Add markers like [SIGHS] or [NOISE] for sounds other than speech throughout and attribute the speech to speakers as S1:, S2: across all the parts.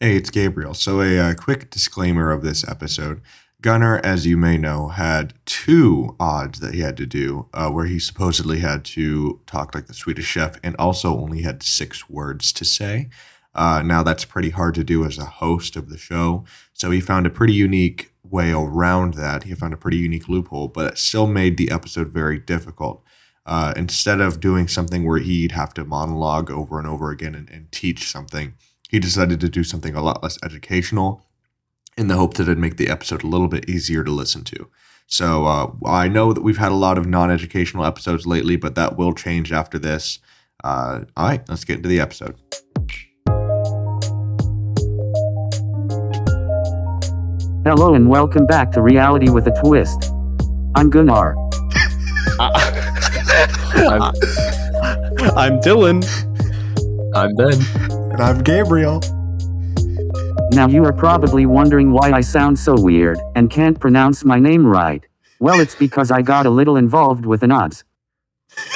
S1: Hey, it's Gabriel. So, a uh, quick disclaimer of this episode. Gunnar, as you may know, had two odds that he had to do uh, where he supposedly had to talk like the Swedish chef and also only had six words to say. Uh, now, that's pretty hard to do as a host of the show. So, he found a pretty unique way around that. He found a pretty unique loophole, but it still made the episode very difficult. Uh, instead of doing something where he'd have to monologue over and over again and, and teach something, he decided to do something a lot less educational in the hope that it'd make the episode a little bit easier to listen to. So uh, I know that we've had a lot of non educational episodes lately, but that will change after this. Uh, all right, let's get into the episode.
S2: Hello and welcome back to Reality with a Twist. I'm Gunnar.
S3: I'm, [LAUGHS] I'm Dylan. I'm Ben.
S1: And I'm Gabriel.
S2: Now you are probably wondering why I sound so weird and can't pronounce my name right. Well, it's because I got a little involved with an odds.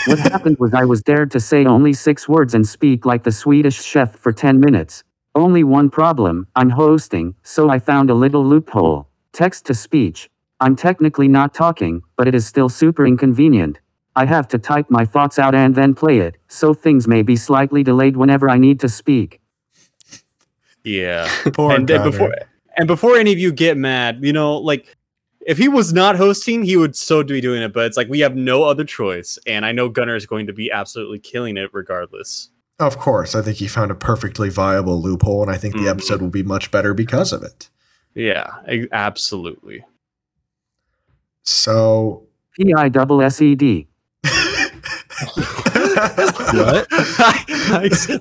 S2: What happened was I was dared to say only six words and speak like the Swedish chef for 10 minutes. Only one problem I'm hosting, so I found a little loophole text to speech. I'm technically not talking, but it is still super inconvenient. I have to type my thoughts out and then play it, so things may be slightly delayed whenever I need to speak.
S3: [LAUGHS] Yeah.
S1: Poor
S3: and, and
S1: Gunnar.
S3: before and before any of you get mad, you know, like if he was not hosting, he would so be doing it. But it's like we have no other choice, and I know Gunner is going to be absolutely killing it regardless.
S1: Of course, I think he found a perfectly viable loophole, and I think
S3: Mhm.
S1: the episode will be much better because of it.
S3: Yeah, a- E, absolutely.
S1: So. [LAUGHS]
S2: P I double S E D.
S3: [LAUGHS]
S1: what?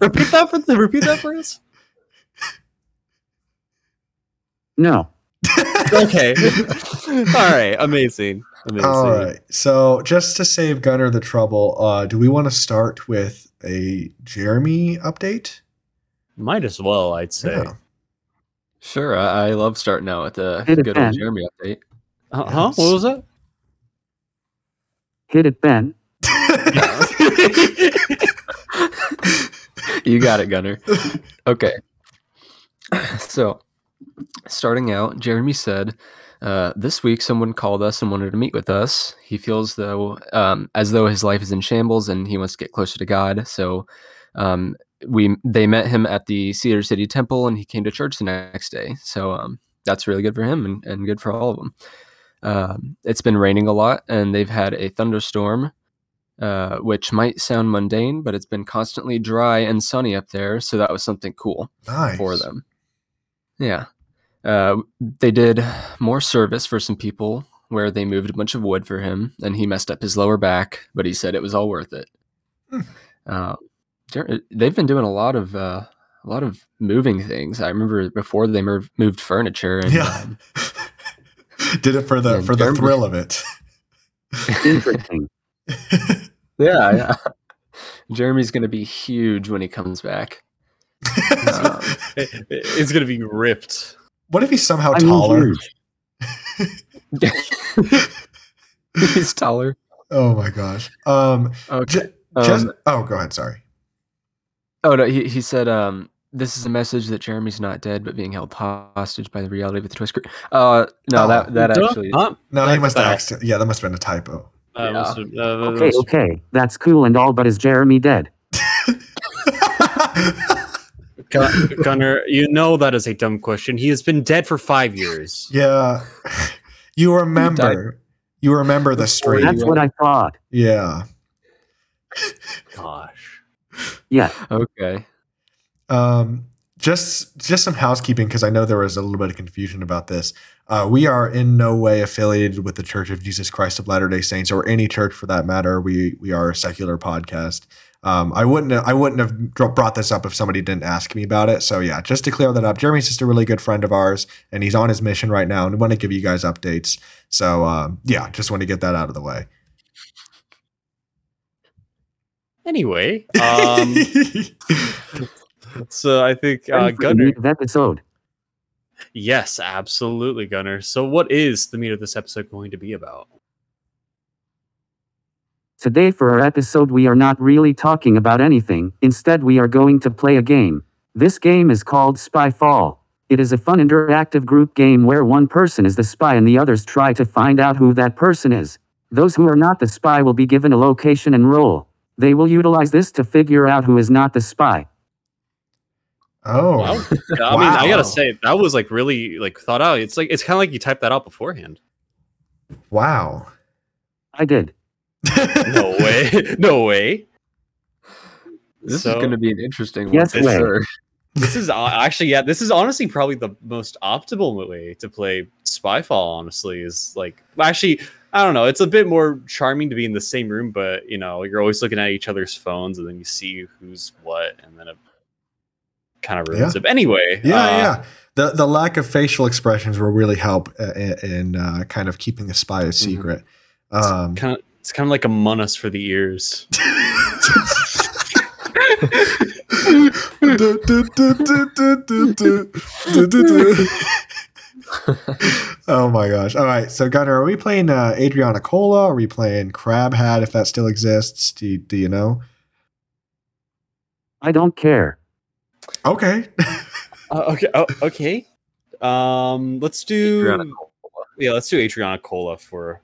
S3: repeat that for repeat that for us.
S2: No.
S3: Okay. All right. Amazing. Amazing.
S1: All right. So, just to save Gunner the trouble, uh, do we want to start with a Jeremy update?
S3: Might as well, I'd say.
S1: Yeah.
S4: Sure, I, I love starting out with a
S2: Hit it,
S4: good
S2: Ben.
S4: old Jeremy update.
S3: Uh, huh? What was that? [LAUGHS]
S2: Hit it, Ben.
S4: [LAUGHS] You got it, Gunner. okay. [LAUGHS] So, starting out, Jeremy said, uh, "This week, someone called us and wanted to meet with us. He feels though um, as though his life is in shambles and he wants to get closer to God. So, um, we they met him at the Cedar City Temple and he came to church the next day. So, um, that's really good for him and, and good for all of them. Um, it's been raining a lot and they've had a thunderstorm." uh, which might sound mundane, but it's been constantly dry and sunny up there, so that was something cool
S1: [LAUGHS] nice.
S4: for them. Yeah. Uh, they did more service for some people where they moved a bunch of wood for him, and he messed up his lower back, but he said it was all worth it.
S1: Hmm.
S4: Uh, Jer- they've been doing a lot of uh, a lot of moving things. I remember before they mov- moved furniture, and
S1: Yeah.
S4: um,
S1: [LAUGHS] Did it for the
S4: Yeah,
S1: for the
S4: Jeremy-
S1: thrill of it.
S2: Interesting.
S4: yeah, [LAUGHS] yeah. Jeremy's going to be huge when he comes back. [LAUGHS] Um,
S3: It- it- it's gonna be ripped.
S1: [LAUGHS] what if he's somehow
S2: I mean
S1: taller?
S2: huge.
S4: He's taller.
S1: Oh my gosh. Um,
S4: Okay.
S1: ju- just
S4: Um,
S1: oh, go ahead. Sorry.
S4: oh no, he, he said um this is a message that Jeremy's not dead but being held hostage by the reality with the twist. gr- Uh no,
S1: Oh.
S4: that that
S3: Duh,
S4: actually
S3: huh?
S1: No, he
S3: Like
S1: must have
S3: that.
S1: accident. Yeah, that must have been a typo. [LAUGHS]
S3: Uh,
S4: Yeah.
S3: must've- uh,
S2: Okay,
S3: must've-
S2: okay. That's cool and all, but is Jeremy dead?
S3: Gun- Gunner, you know that is a dumb question. He has been dead for five years.
S1: yeah, [LAUGHS] you remember. You remember the
S4: Wait,
S1: stream.
S2: That's what I thought.
S1: Yeah.
S3: Gosh.
S4: okay.
S1: Um, just just some housekeeping because I know there was a little bit of confusion about this. Uh, we are in no way affiliated with the Church of Jesus Christ of Latter Day Saints or any church for that matter. We we are a secular podcast. Um, I wouldn't I wouldn't have dro- brought this up if somebody didn't ask me about it. So yeah, just to clear that up, Jeremy's just a really good friend of ours, and he's on his mission right now, and we want to give you guys updates. So um, yeah, just want to get that out of the way.
S3: Anyway, [LAUGHS] um, so I think uh,
S2: Ready for the
S3: Gunner.
S2: next episode.
S3: Yes, absolutely, Gunner. So, what is the meat of this episode going to be about?
S2: Today, for our episode, we are not really talking about anything. Instead, we are going to play a game. This game is called Spyfall. It is a fun interactive group game where one person is the spy and the others try to find out who that person is. Those who are not the spy will be given a location and role. They will utilize this to figure out who is not the spy.
S1: [LAUGHS] Oh,
S3: Wow.
S1: [LAUGHS]
S3: Yeah, I mean, I gotta say that was like really like thought out. It's like it's kind of like you typed that out beforehand.
S1: wow.
S2: I did.
S3: No way, [LAUGHS] no way.
S4: This
S3: So-
S4: is going to be an interesting
S2: Yes,
S4: one. for
S2: way.
S4: sure.
S3: This is uh, actually yeah. This is honestly probably the most optimal way to play Spyfall. Honestly, is like actually I don't know. It's a bit more charming to be in the same room, but you know you're always looking at each other's phones, and then you see who's what, and then it kind of ruins it. But anyway,
S1: Yeah,
S3: uh,
S1: yeah. The the lack of facial expressions will really help uh, in, in uh, kind of keeping a spy a secret. Um,
S3: Kind of, Mm-hmm. it's kind of like Among Us for the ears.
S1: [LAUGHS] oh my gosh! All right, so Gunnar, are we playing uh, Adriana Cola? Are we playing Crab Hat if that still exists? Do you, do you know?
S2: I don't care.
S1: Okay,
S3: [LAUGHS] Uh, okay. Oh, okay. Um, let's do
S4: Adriana
S3: yeah, let's do Adriana Cola for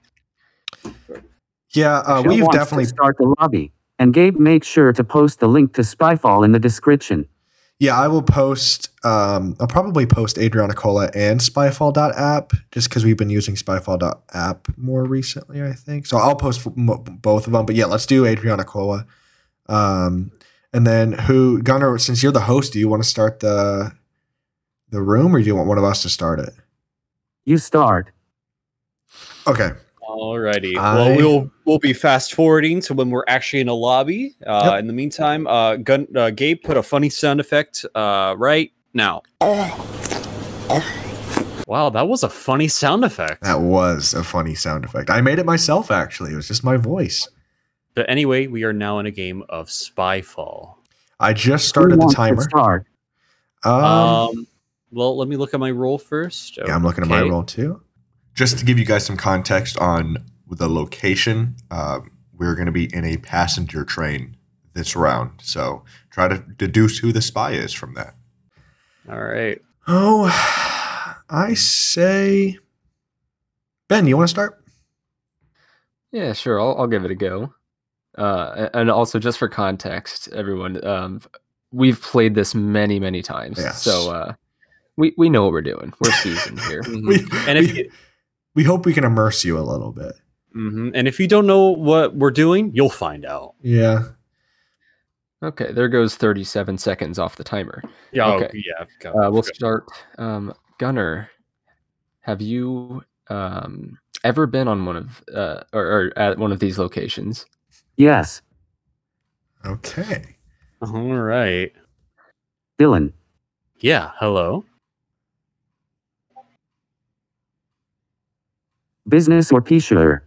S1: yeah, uh,
S2: Jill
S1: we've
S2: wants to
S1: definitely
S2: start the lobby. And Gabe, make sure to post the link to Spyfall in the description.
S1: Yeah, I will post. Um, I'll probably post Adrianacola and Spyfall.app just because we've been using Spyfall.app more recently, I think. So I'll post m- both of them. But yeah, let's do Adrianacola. Um, and then who, Gunnar? Since you're the host, do you want to start the the room, or do you want one of us to start it?
S2: You start.
S1: Okay.
S3: alrighty.
S1: I-
S3: Well, we'll we'll be fast forwarding to when we're actually in a lobby. Uh,
S1: Yep.
S3: In the meantime, uh, Gun- uh, Gabe put a funny sound effect uh, right now. Wow, that was a funny sound effect.
S1: That was a funny sound effect. I made it myself, actually. It was just my voice.
S3: But anyway, we are now in a game of Spyfall.
S1: I just
S2: Who
S1: started the
S2: wants to
S1: timer.
S2: start?
S1: Um,
S3: Um, well, let me look at my roll first.
S1: Yeah, I'm looking at my
S3: Okay.
S1: roll too. Just to give you guys some context on the location, um, we're going to be in a passenger train this round. So try to deduce who the spy is from that.
S3: All right.
S1: [LAUGHS] Oh, I say, Ben, you want to start?
S4: Yeah, sure. I'll, I'll give it a go. Uh, a- and also, just for context, everyone, um, we've played this many, many times.
S1: Yes.
S4: So uh, we, we know what we're doing. We're seasoned here.
S3: Mhm.
S1: We,
S3: And if
S1: we,
S3: you-
S1: we hope we can immerse you a little bit.
S3: Mhm. And if you don't know what we're doing, you'll find out.
S1: Yeah.
S4: Okay, there goes 37 seconds off the timer.
S3: Yeah.
S4: Okay.
S3: Okay. Yeah. go-
S4: Uh, we'll
S3: go.
S4: start. Um, Gunner, have you um, ever been on one of uh, or, or at one of these locations?
S2: Yes.
S1: Okay. [LAUGHS]
S3: All right.
S2: Dylan.
S3: Yeah. Hello.
S2: Business or P-shirt?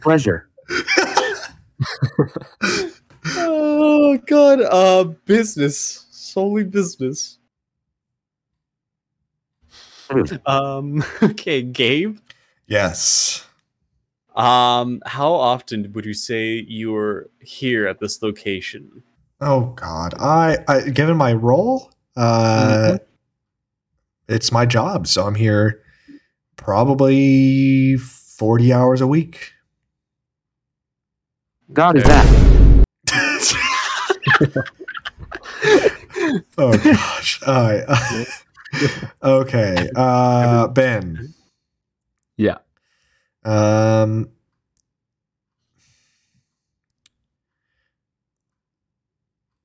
S2: Pleasure.
S3: Oh God. Uh, business. Solely business.
S2: Food.
S3: Um. [LAUGHS] Okay, Gabe.
S1: yes.
S3: Um. How often would you say you're here at this location?
S1: Oh God, I, I given my role, uh, it's my job, so I'm here probably forty hours a week.
S2: God is
S3: Okay.
S2: that.
S1: [LAUGHS] oh gosh, all right, [LAUGHS] okay, uh, Ben.
S4: Yeah.
S1: Um.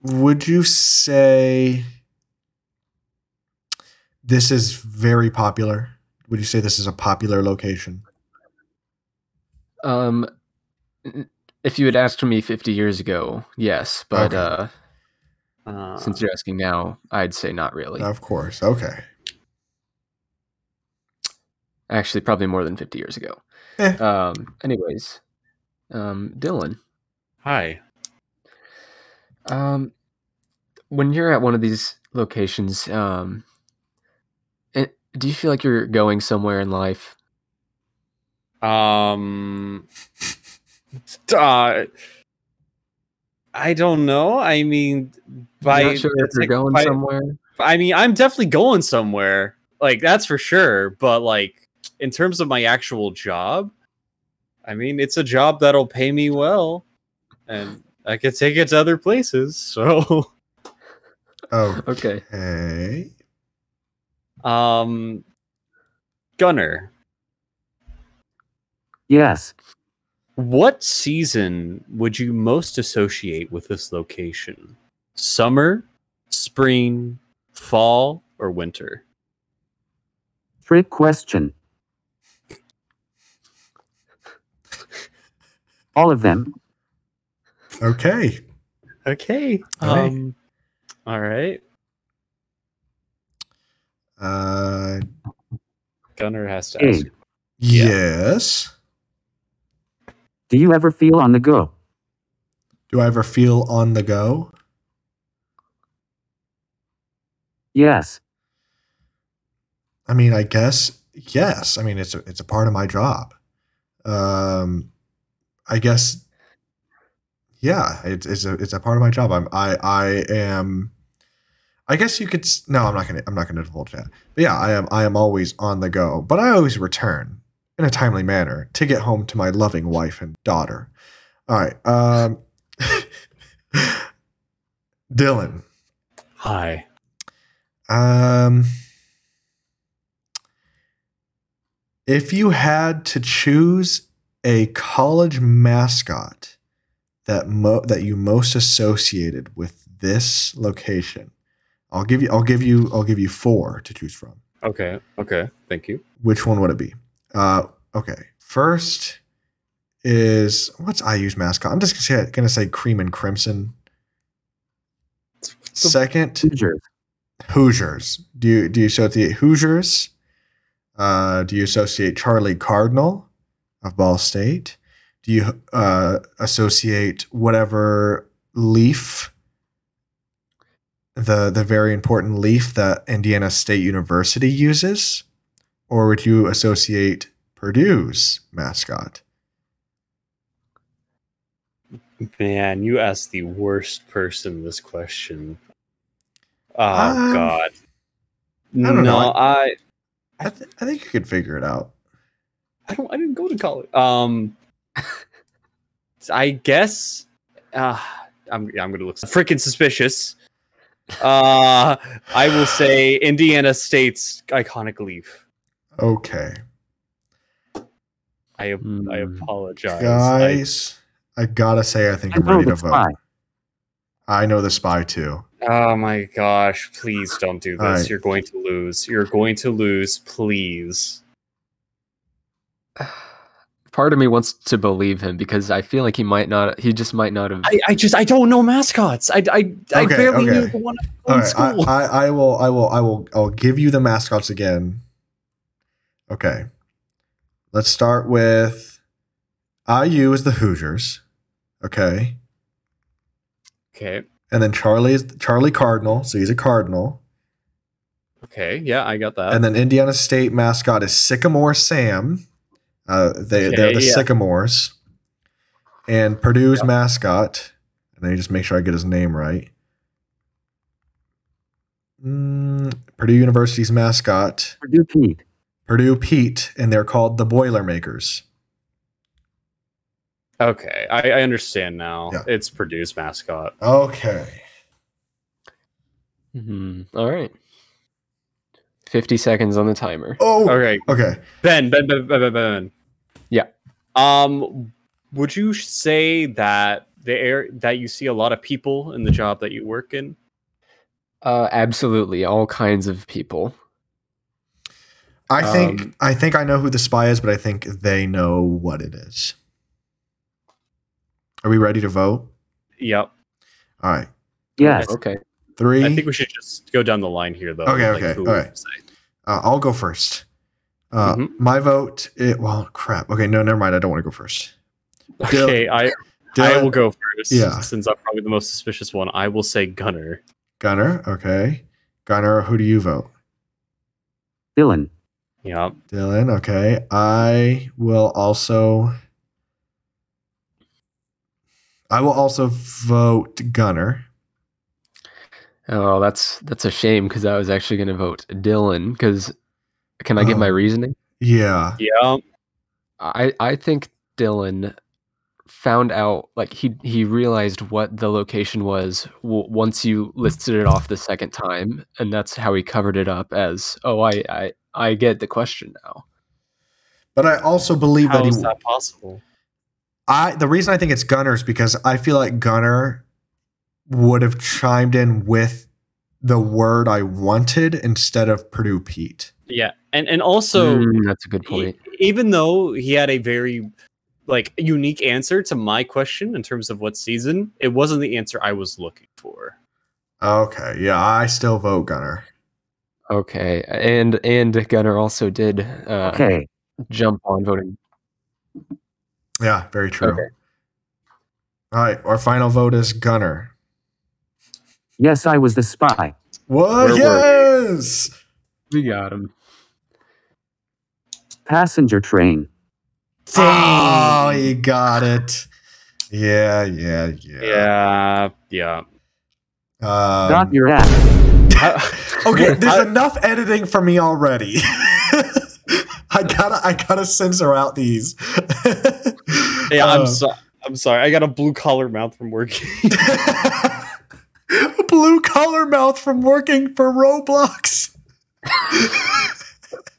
S1: Would you say this is very popular? Would you say this is a popular location?
S4: Um, n- if you had asked me 50 years ago, yes, but
S1: Okay.
S4: uh,
S3: Uh,
S4: since you're asking now, I'd say not really.
S1: Of course. Okay.
S4: Actually, probably more than 50 years ago.
S1: Eh.
S4: Um, anyways, um, Dylan,
S3: hi.
S4: um, when you're at one of these locations, um, it, do you feel like you're going somewhere in life?
S3: Um. Uh, I don't know. I mean,
S4: By,
S3: by
S4: not sure if
S3: it's
S4: you're
S3: like-
S4: going
S3: by-
S4: somewhere.
S3: I mean, I'm definitely going somewhere. Like that's for sure. But like in terms of my actual job, I mean, it's a job that'll pay me well, and I could take it to other places. [LAUGHS] So,
S1: Oh,
S4: [LAUGHS] Okay.
S1: hey.
S3: um, Gunner,
S2: Yes.
S3: what season would you most associate with this location? Summer, spring, fall, or winter?
S2: Trick question. All of them.
S1: Okay.
S3: Okay.
S1: Alright.
S3: Um. All right.
S1: Uh,
S3: Gunner has to
S2: Hey.
S3: ask. Yeah.
S1: yes.
S2: Do you ever feel on the go?
S1: Do I ever feel on the go?
S2: Yes.
S1: I mean, I guess yes. I mean, it's a, it's a part of my job. Um, I guess. Yeah, it's it's a it's a part of my job. I'm I I am. I guess you could. s- No, I'm not gonna. I'm not gonna divulge that. But yeah, I am. I am always on the go, but I always return in a timely manner to get home to my loving wife and daughter. All right, um, [LAUGHS] Dylan.
S3: Hi.
S1: Um, if you had to choose a college mascot that mo- that you most associated with this location, I'll give you I'll give you I'll give you four to choose from.
S3: Okay. Okay. Thank you.
S1: Which one would it be? Uh, okay, first is what's IU's mascot? I'm just gonna say, gonna say cream and crimson. Second,
S2: Teachers.
S1: Hoosiers. Do you do you associate Hoosiers? Uh, do you associate Charlie Cardinal of Ball State? Do you uh, associate whatever leaf? The the very important leaf that Indiana State University uses, or would you associate Purdue's mascot?
S3: Man, you asked the worst person this question. Oh
S1: Um,
S3: God.
S1: don't know.
S3: no, I
S1: I, th- I think you could figure it out.
S3: I don't I didn't go to college. Um I guess uh I'm I'm gonna look freaking suspicious. Uh I will say Indiana State's iconic leaf.
S1: Okay,
S3: I I
S4: Mm.
S3: apologize. I,
S1: Hmm. guys, I, gotta say I think
S2: I
S1: I'm
S2: know
S1: ready to
S2: the
S1: vote.
S2: spy.
S1: I know the spy too.
S3: oh my gosh, please don't do this.
S1: All right.
S3: You're going to lose. You're going to lose, please.
S4: Part of me wants to believe him because I feel like he might not. He just might not have.
S3: I, I just I don't know mascots. I I, I
S1: Okay,
S3: barely
S1: okay.
S3: knew the one
S1: All
S3: in
S1: right, I,
S3: school.
S1: I, I will, I will, I will, I'll give you the mascots again. Okay, let's start with IU is the Hoosiers, okay,
S3: okay.
S1: and then Charlie is Charlie Cardinal, so he's a Cardinal,
S3: Okay. Yeah, I got that.
S1: and then Indiana State mascot is Sycamore Sam. Uh, they they're
S3: Okay,
S1: the
S3: yeah.
S1: Sycamores, and Purdue's mascot. And then you just make sure I get his name right. Mm, Purdue University's mascot.
S2: Purdue Pete.
S1: Purdue Pete, and they're called the Boilermakers.
S3: okay. I, I understand now.
S1: Yeah.
S3: It's Purdue's mascot.
S1: Okay.
S4: Mhm. All right. Fifty seconds on the timer.
S1: Oh. Okay.
S3: Okay. Ben, Ben, Ben, Ben, Ben, Ben.
S4: Yeah.
S3: Um would you say that the air that you see a lot of people in the job that you work in?
S4: Uh, absolutely, all kinds of people.
S1: I think
S4: Um,
S1: I think I know who the spy is, but I think they know what it is. Are we ready to vote?
S3: Yep.
S1: All right.
S2: Yes.
S4: Okay.
S1: Three.
S3: I think we should just go down the line here though.
S1: Okay,
S3: like,
S1: okay,
S3: who
S1: all
S3: we
S1: right.
S3: say.
S1: uh, I'll go first. Uh,
S3: Mhm.
S1: My vote. It, well, crap. Okay. No, never mind. I don't want to go first. Dylan-
S3: [LAUGHS] Okay, I, I
S1: Dylan-
S3: will go first.
S1: Yeah.
S3: Since I'm probably the most suspicious one, I will say Gunner.
S1: Gunner. Okay. Gunner. Who do you vote?
S2: Dylan.
S3: Yeah.
S1: Dylan, okay. I will also I will also vote Gunner.
S4: Oh, that's that's a shame because I was actually going to vote Dylan. Because can I give my
S1: Oh.
S4: reasoning?
S1: Yeah.
S3: Yeah.
S4: I I think Dylan found out like he he realized what the location was w- once you listed it off the second time, and that's how he covered it up as oh I I I get the question now.
S1: But I also believe
S3: How
S1: that he
S3: is that possible?
S1: I the reason I think it's Gunner is because I feel like Gunner would have chimed in with the word I wanted instead of Purdue Pete.
S3: Yeah. And and also
S4: Mm, that's a good
S3: e-
S4: point.
S3: even though he had a very like unique answer to my question in terms of what season, it wasn't the answer I was looking for.
S1: Okay, yeah, I still vote Gunner.
S4: Okay, and and Gunnar also did uh,
S2: Okay.
S4: jump on voting.
S1: Yeah, very true.
S4: Okay.
S1: All right, our final vote is Gunner.
S2: Yes, I was the spy.
S1: What?
S3: Where
S1: Yes.
S4: We got him.
S2: Passenger train.
S1: Oh, you got it. Yeah, yeah, yeah.
S3: Yeah, yeah.
S1: Yeah. Um,
S2: Got your ass.
S1: okay, there's
S3: I-
S1: enough editing for me already. [LAUGHS] I gotta, I gotta censor out these.
S3: Yeah, I'm
S1: Um,
S3: so I'm sorry. I got a blue collar mouth from working.
S1: [LAUGHS]
S3: [LAUGHS]
S1: Blue collar mouth from working for Roblox.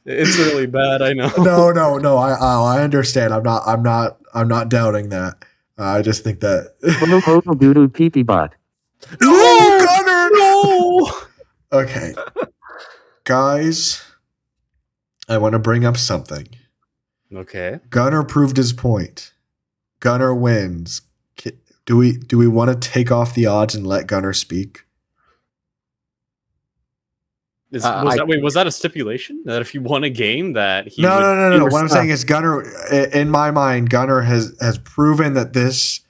S3: it's really bad, I know.
S1: No, no, no. I, I, I understand. I'm not, I'm not, I'm not doubting that. Uh, I just think that.
S2: Blue hodel doo doo pee pee butt.
S3: [LAUGHS]
S1: no, Gunner.
S3: No.
S1: [LAUGHS] Okay. Guys, I want to bring up something.
S3: Okay.
S1: Gunner proved his point. Gunner wins. Ki- Do we do we want to take off the odds and let Gunner speak?
S3: Is,
S4: Uh,
S3: was
S4: I-
S3: that, wait, was that a stipulation that if you won a game that he
S1: no,
S3: would-
S1: no, no,
S3: you
S1: no, no.
S3: were
S1: What I'm saying is Gunner i- in my mind Gunner has has proven that this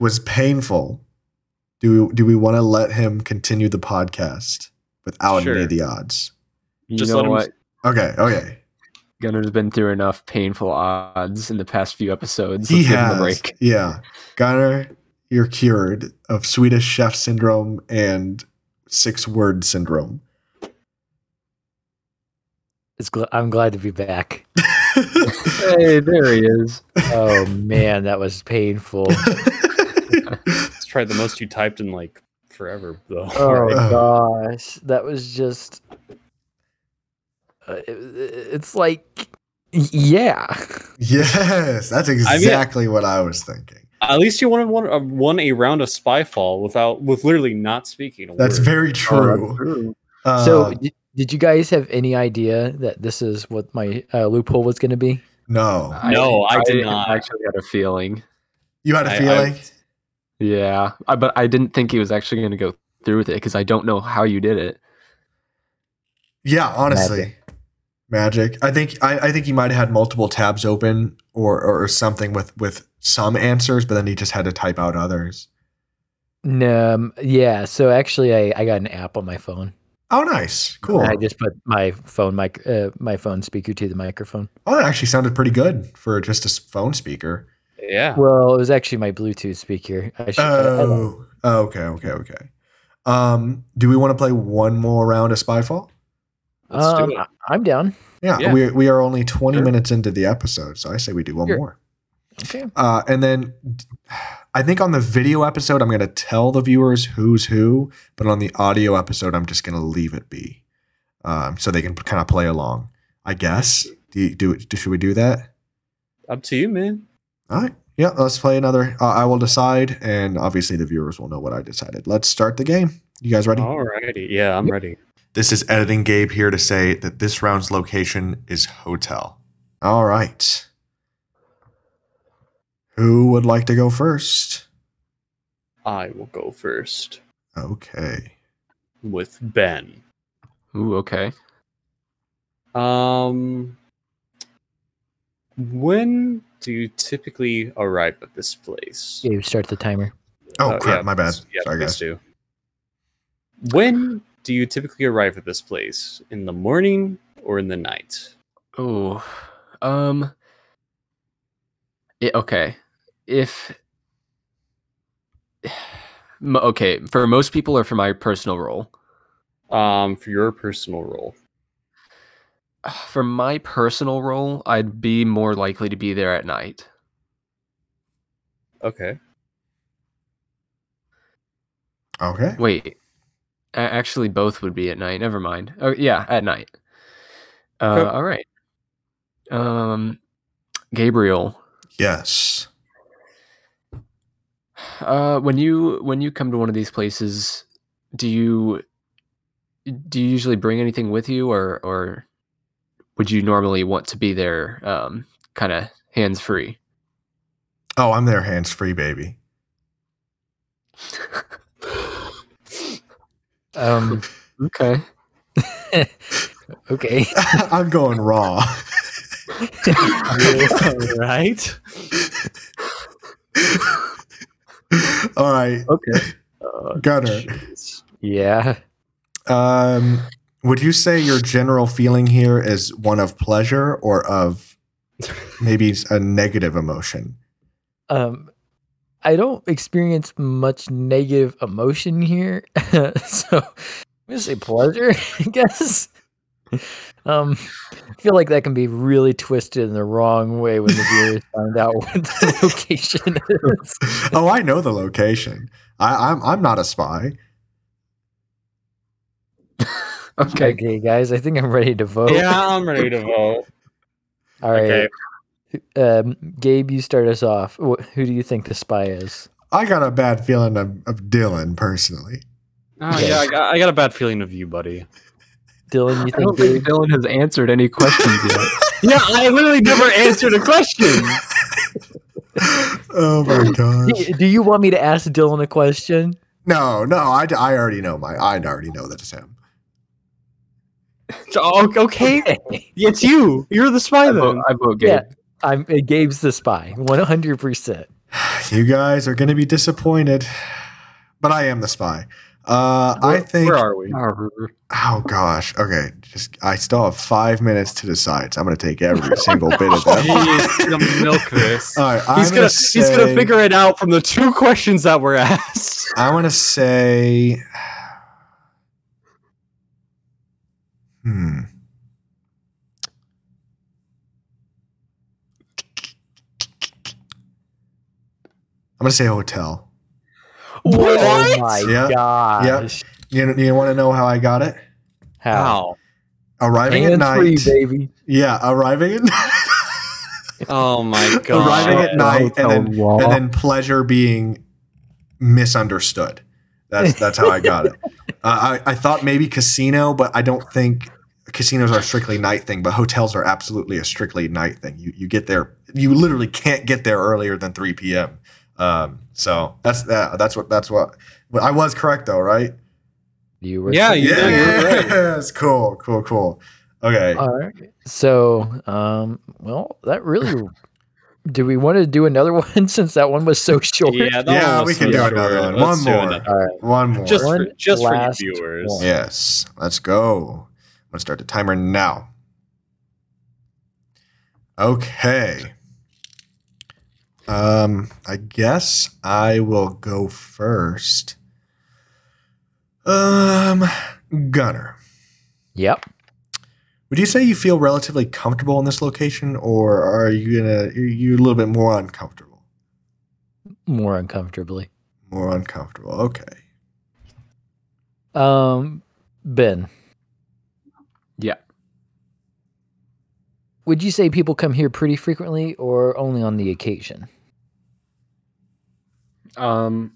S1: was painful. Do we, do we want to let him continue the podcast without any
S3: Sure.
S1: of the odds?
S4: You
S3: Just
S4: know
S3: let him-
S4: what?
S1: Okay, okay.
S4: Gunnar's been through enough painful odds in the past few episodes.
S1: He
S4: Let's give him
S1: has.
S4: a break.
S1: Yeah. Gunner, you're cured of Swedish chef syndrome and six word syndrome.
S5: It's gl- I'm glad to be back.
S4: Hey, there he is.
S5: Oh man, that was
S1: [LAUGHS]
S5: painful.
S3: It's probably the most you typed in like forever though.
S5: Oh
S1: Right.
S5: my gosh, that was just. Uh, it- it's like, yeah.
S1: [LAUGHS] yes, that's exactly what I was thinking.
S3: At least you won one uh, won a round of Spyfall without with literally not speaking. A
S1: That's
S3: word.
S1: very
S4: Oh,
S1: true. Uh,
S5: so, d- did you guys have any idea that this is what my uh, loophole was going to be?
S1: no,
S3: No, I did not.
S4: actually had a feeling.
S1: you had a
S3: I- I-
S1: feeling.
S4: Yeah, I, but I didn't think he was actually going to go through with it because I don't know how you did it.
S1: yeah, honestly, magic. I think I, I think he might have had multiple tabs open or or something with with some answers, but then he just had to type out others.
S5: No, um, yeah. So actually, I, I got an app on my phone.
S1: Oh, nice, cool.
S5: I just put my phone mic, uh, my phone speaker to the microphone.
S1: Oh, that actually sounded pretty good for just a s- phone speaker.
S3: yeah.
S5: Well, it was actually my Bluetooth speaker. I should, I- I lied.
S1: Oh, oh, okay, okay, okay. Um, do we want to play one more round of Spyfall?
S3: Let's do
S5: um,
S3: it.
S5: I- I'm down.
S1: Yeah,
S3: Yeah.
S1: we we are only twenty
S3: Sure.
S1: minutes into the episode, so I say we do one
S5: Sure.
S1: more.
S5: Okay.
S1: Uh, and then d- I think on the video episode, I'm going to tell the viewers who's who, but on the audio episode, I'm just going to leave it be, um, so they can kind of play along. I guess. Do you, do, do should we do that?
S3: Up to you, man.
S1: All right. Yeah, let's play another. Uh, I will decide, and obviously the viewers will know what I decided. Let's start the game. You guys ready?
S3: Alrighty. Yeah, I'm ready.
S1: This is editing Gabe here to say that this round's location is hotel. All right. Who would like to go first?
S3: I will go first
S1: Okay.
S3: with Ben.
S4: Ooh, okay.
S3: Um when do you typically arrive at this place?
S5: Gabe, start the timer.
S1: Oh,
S3: Uh,
S1: crap.
S3: yeah,
S1: my bad.
S3: please- Yeah,
S1: Sorry,
S3: please
S1: guys.
S3: do. When do you typically arrive at this place? In the morning or in the night?
S4: Oh, um, i- okay. If [SIGHS] m- okay for most people or for my personal role? [SIGHS]
S3: Um, for your personal role.
S4: For my personal role, I'd be more likely to be there at night.
S3: Okay.
S1: Okay.
S4: Wait, A- actually, both would be at night. Never mind. Oh yeah, at night.
S3: Okay.
S4: Uh, all right. Um, Gabriel,
S1: Yes.
S4: uh, when you when you come to one of these places, do you do you usually bring anything with you, or or would you normally want to be there, um, kind of hands free?
S1: Oh, I'm there hands free, baby. [LAUGHS] [LAUGHS]
S5: Um,
S4: okay.
S5: okay. [LAUGHS]
S1: I'm going raw.
S3: [LAUGHS]
S1: [LAUGHS]
S3: right?
S1: All right, [LAUGHS]
S4: Okay.
S1: Gunner.
S5: Yeah.
S1: Um, would you say your general feeling here is one of pleasure or of maybe a negative emotion?
S5: Um, I don't experience much negative emotion here, [LAUGHS] so I'm gonna say pleasure. [LAUGHS] I guess. Um, I feel like that can be really twisted in the wrong way when the viewers find out what the location [LAUGHS] is.
S1: [LAUGHS] Oh, I know the location. I, I'm I'm not a spy.
S4: Okay.
S5: Okay, guys, I think I'm ready to vote.
S3: Yeah, I'm ready to vote.
S5: All right.
S3: Okay.
S5: um, Gabe, you start us off. Wh- who do you think the spy is?
S1: I got a bad feeling of, of Dylan personally. [LAUGHS]
S3: Oh, yeah, I got, I got a bad feeling of you, buddy.
S5: Dylan, you
S4: I don't
S5: think
S4: think
S5: Gabe?
S4: Dylan has answered any questions yet.
S3: Yeah, I literally never answered a question.
S1: oh
S3: [LAUGHS]
S1: my gosh!
S5: Do- Do you want me to ask Dylan a question?
S1: No, no, I, I already know my I already know that it's him. [SIGHS]
S3: okay, it's you. You're the
S4: [LAUGHS]
S3: spy,
S4: I vote,
S3: then.
S4: I vote Gabe.
S5: Yeah. I'm uh, Gabe's the spy, 100%.
S1: You guys are going to be disappointed, but I am the spy. Uh, I think.
S3: Where are we?
S4: Arr.
S1: Oh gosh. Okay. Just I still have five minutes to decide. So I'm gonna take every single bit of that.
S3: [LAUGHS] Jeez, gonna milk this.
S1: All right. I'm
S3: he's gonna he's gonna
S1: say-
S3: figure it out from the two [LAUGHS] questions that were asked.
S1: I want to say. [SIGHS] Hmm. I'm gonna say hotel.
S5: Oh my
S1: Yep,
S5: gosh.
S1: You you want to know how I got it?
S5: How?
S1: Arriving at
S5: Hands
S1: night.
S5: free, baby.
S1: Yeah, arriving at
S3: Oh my god.
S1: arriving at night, and then
S4: wall.
S1: and then pleasure being misunderstood. That's that's how I got
S5: [LAUGHS]
S1: it. Uh, I I thought maybe casino, but I don't think casinos are strictly night thing. But hotels are absolutely a strictly night thing. You you get there, you literally can't get there earlier than three p.m. Um, so that's that. that's what that's what. But I was correct though, right?
S5: You were
S3: Yeah, you-
S1: Yeah,
S3: did, you were right. Uh,
S1: yes, cool, cool, cool. Okay,
S5: All right. So, um, well, that really. do we want to do another [LAUGHS] one since that one was so short?
S3: Yeah, that
S1: Yeah,
S3: one
S1: we
S3: was
S1: can
S3: too
S1: do
S3: short.
S1: another one. One
S3: Let's do
S1: more.
S3: another-
S5: All right.
S1: one more.
S3: Just for
S5: One
S3: just for you
S5: last
S3: viewers.
S5: one.
S1: Yes, let's go. I'm gonna start the timer now. Okay. Um, I guess I will go first. Um, Gunner,
S5: Yep.
S1: would you say you feel relatively comfortable in this location, or are you gonna are you a little bit more uncomfortable?
S5: More uncomfortably.
S1: More uncomfortable. Okay. [LAUGHS]
S5: Um, Ben.
S4: Yeah.
S5: Would you say people come here pretty frequently or only on the occasion?
S4: Um,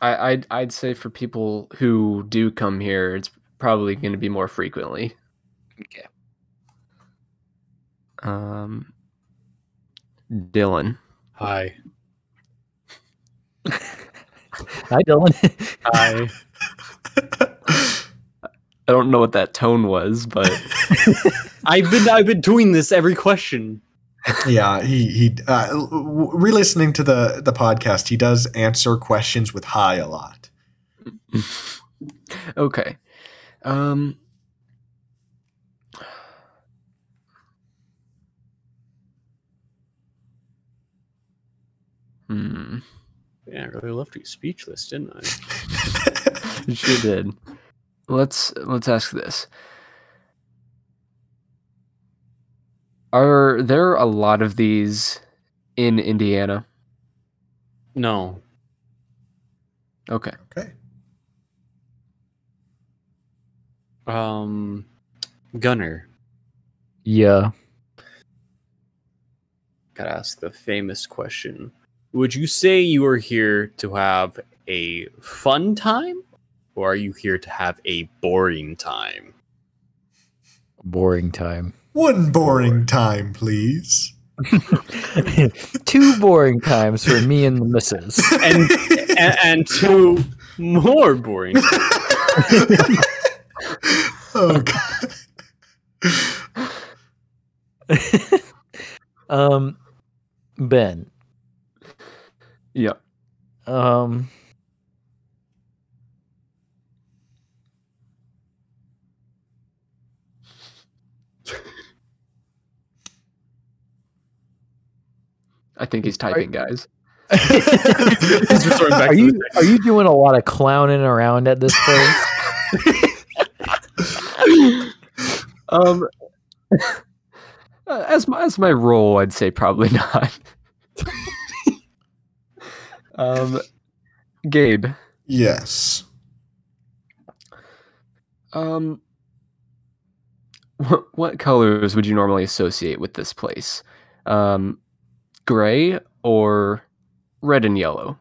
S4: I, I'd I'd say for people who do come here, it's probably going to be more frequently.
S5: Okay.
S4: Um, Dylan.
S3: Hi.
S5: Hi, Dylan.
S3: Hi.
S4: [LAUGHS] I don't know what that tone was, but
S3: I've been I've been doing this every question.
S1: Yeah, he he. Uh, w- w- re-listening to the the podcast, he does answer questions with "hi" a lot.
S4: [LAUGHS]
S1: [LAUGHS]
S4: okay. Um, Hmm.
S3: Yeah, I really left you speechless, didn't I?
S4: You sure did. Let's let's ask this. Are there a lot of these in Indiana?
S3: No.
S4: Okay.
S1: Okay.
S3: Um, Gunner.
S5: [LAUGHS] Yeah.
S3: Gotta ask the famous question. Would you say you are here to have a fun time? Or are you here to have a boring time?
S5: Boring time.
S1: One boring time, please.
S5: [LAUGHS] Two boring times for me and the missus.
S1: [LAUGHS]
S3: And and, and two [LAUGHS] more boring.
S1: oh
S3: [LAUGHS]
S1: god.
S5: Um, Ben.
S4: Yeah.
S5: Um,
S4: I think he's typing, guys.
S3: Just referring back
S5: are
S3: to the
S5: you
S3: text.
S5: are you doing a lot of clowning around at this point?
S3: [LAUGHS]
S4: Um [LAUGHS] uh, as my as my role, I'd say probably [LAUGHS] not. um Gabe.
S1: Yes.
S4: Um, what, what colors would you normally associate with this place? Um, gray or red and yellow?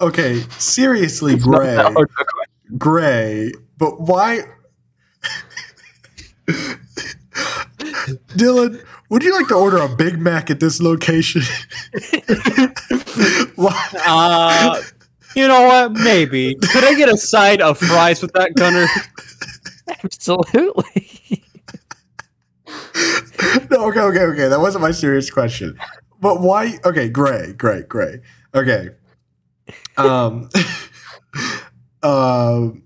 S1: Okay, seriously,
S4: Not
S1: Gray.
S4: that hard of a question.
S1: Gray, but why? Dylan, would you like to order a Big Mac at this location? why?
S3: Uh, you know what? Maybe. Could I get a side of fries with that, Gunner?
S5: Absolutely. [LAUGHS]
S1: No, okay, okay, okay. That wasn't my serious question. But why? Okay, Gray, Gray, Gray. Okay. Um. [LAUGHS] um.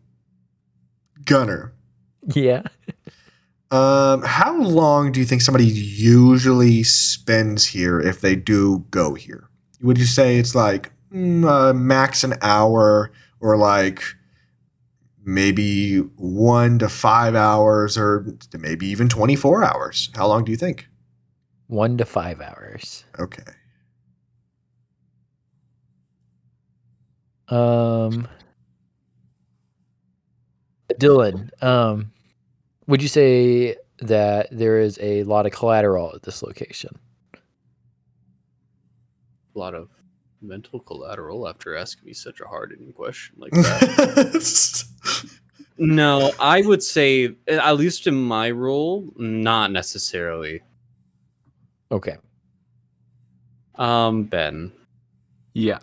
S1: Gunner.
S5: yeah.
S1: Um, how long do you think somebody usually spends here if they do go here? Would you say it's like mm, uh, max an hour or like maybe one to five hours or maybe even 24 hours? How long do you think?
S5: One to five hours.
S1: Okay. [LAUGHS]
S5: Um, Dylan. Um, would you say that there is a lot of collateral at this location?
S3: A lot of mental collateral after asking me such a hard-hitting question like [LAUGHS] that.
S1: [LAUGHS] okay.
S3: No, I would say, at least in my role, not necessarily.
S5: Okay.
S3: Um, Ben,
S4: Yeah.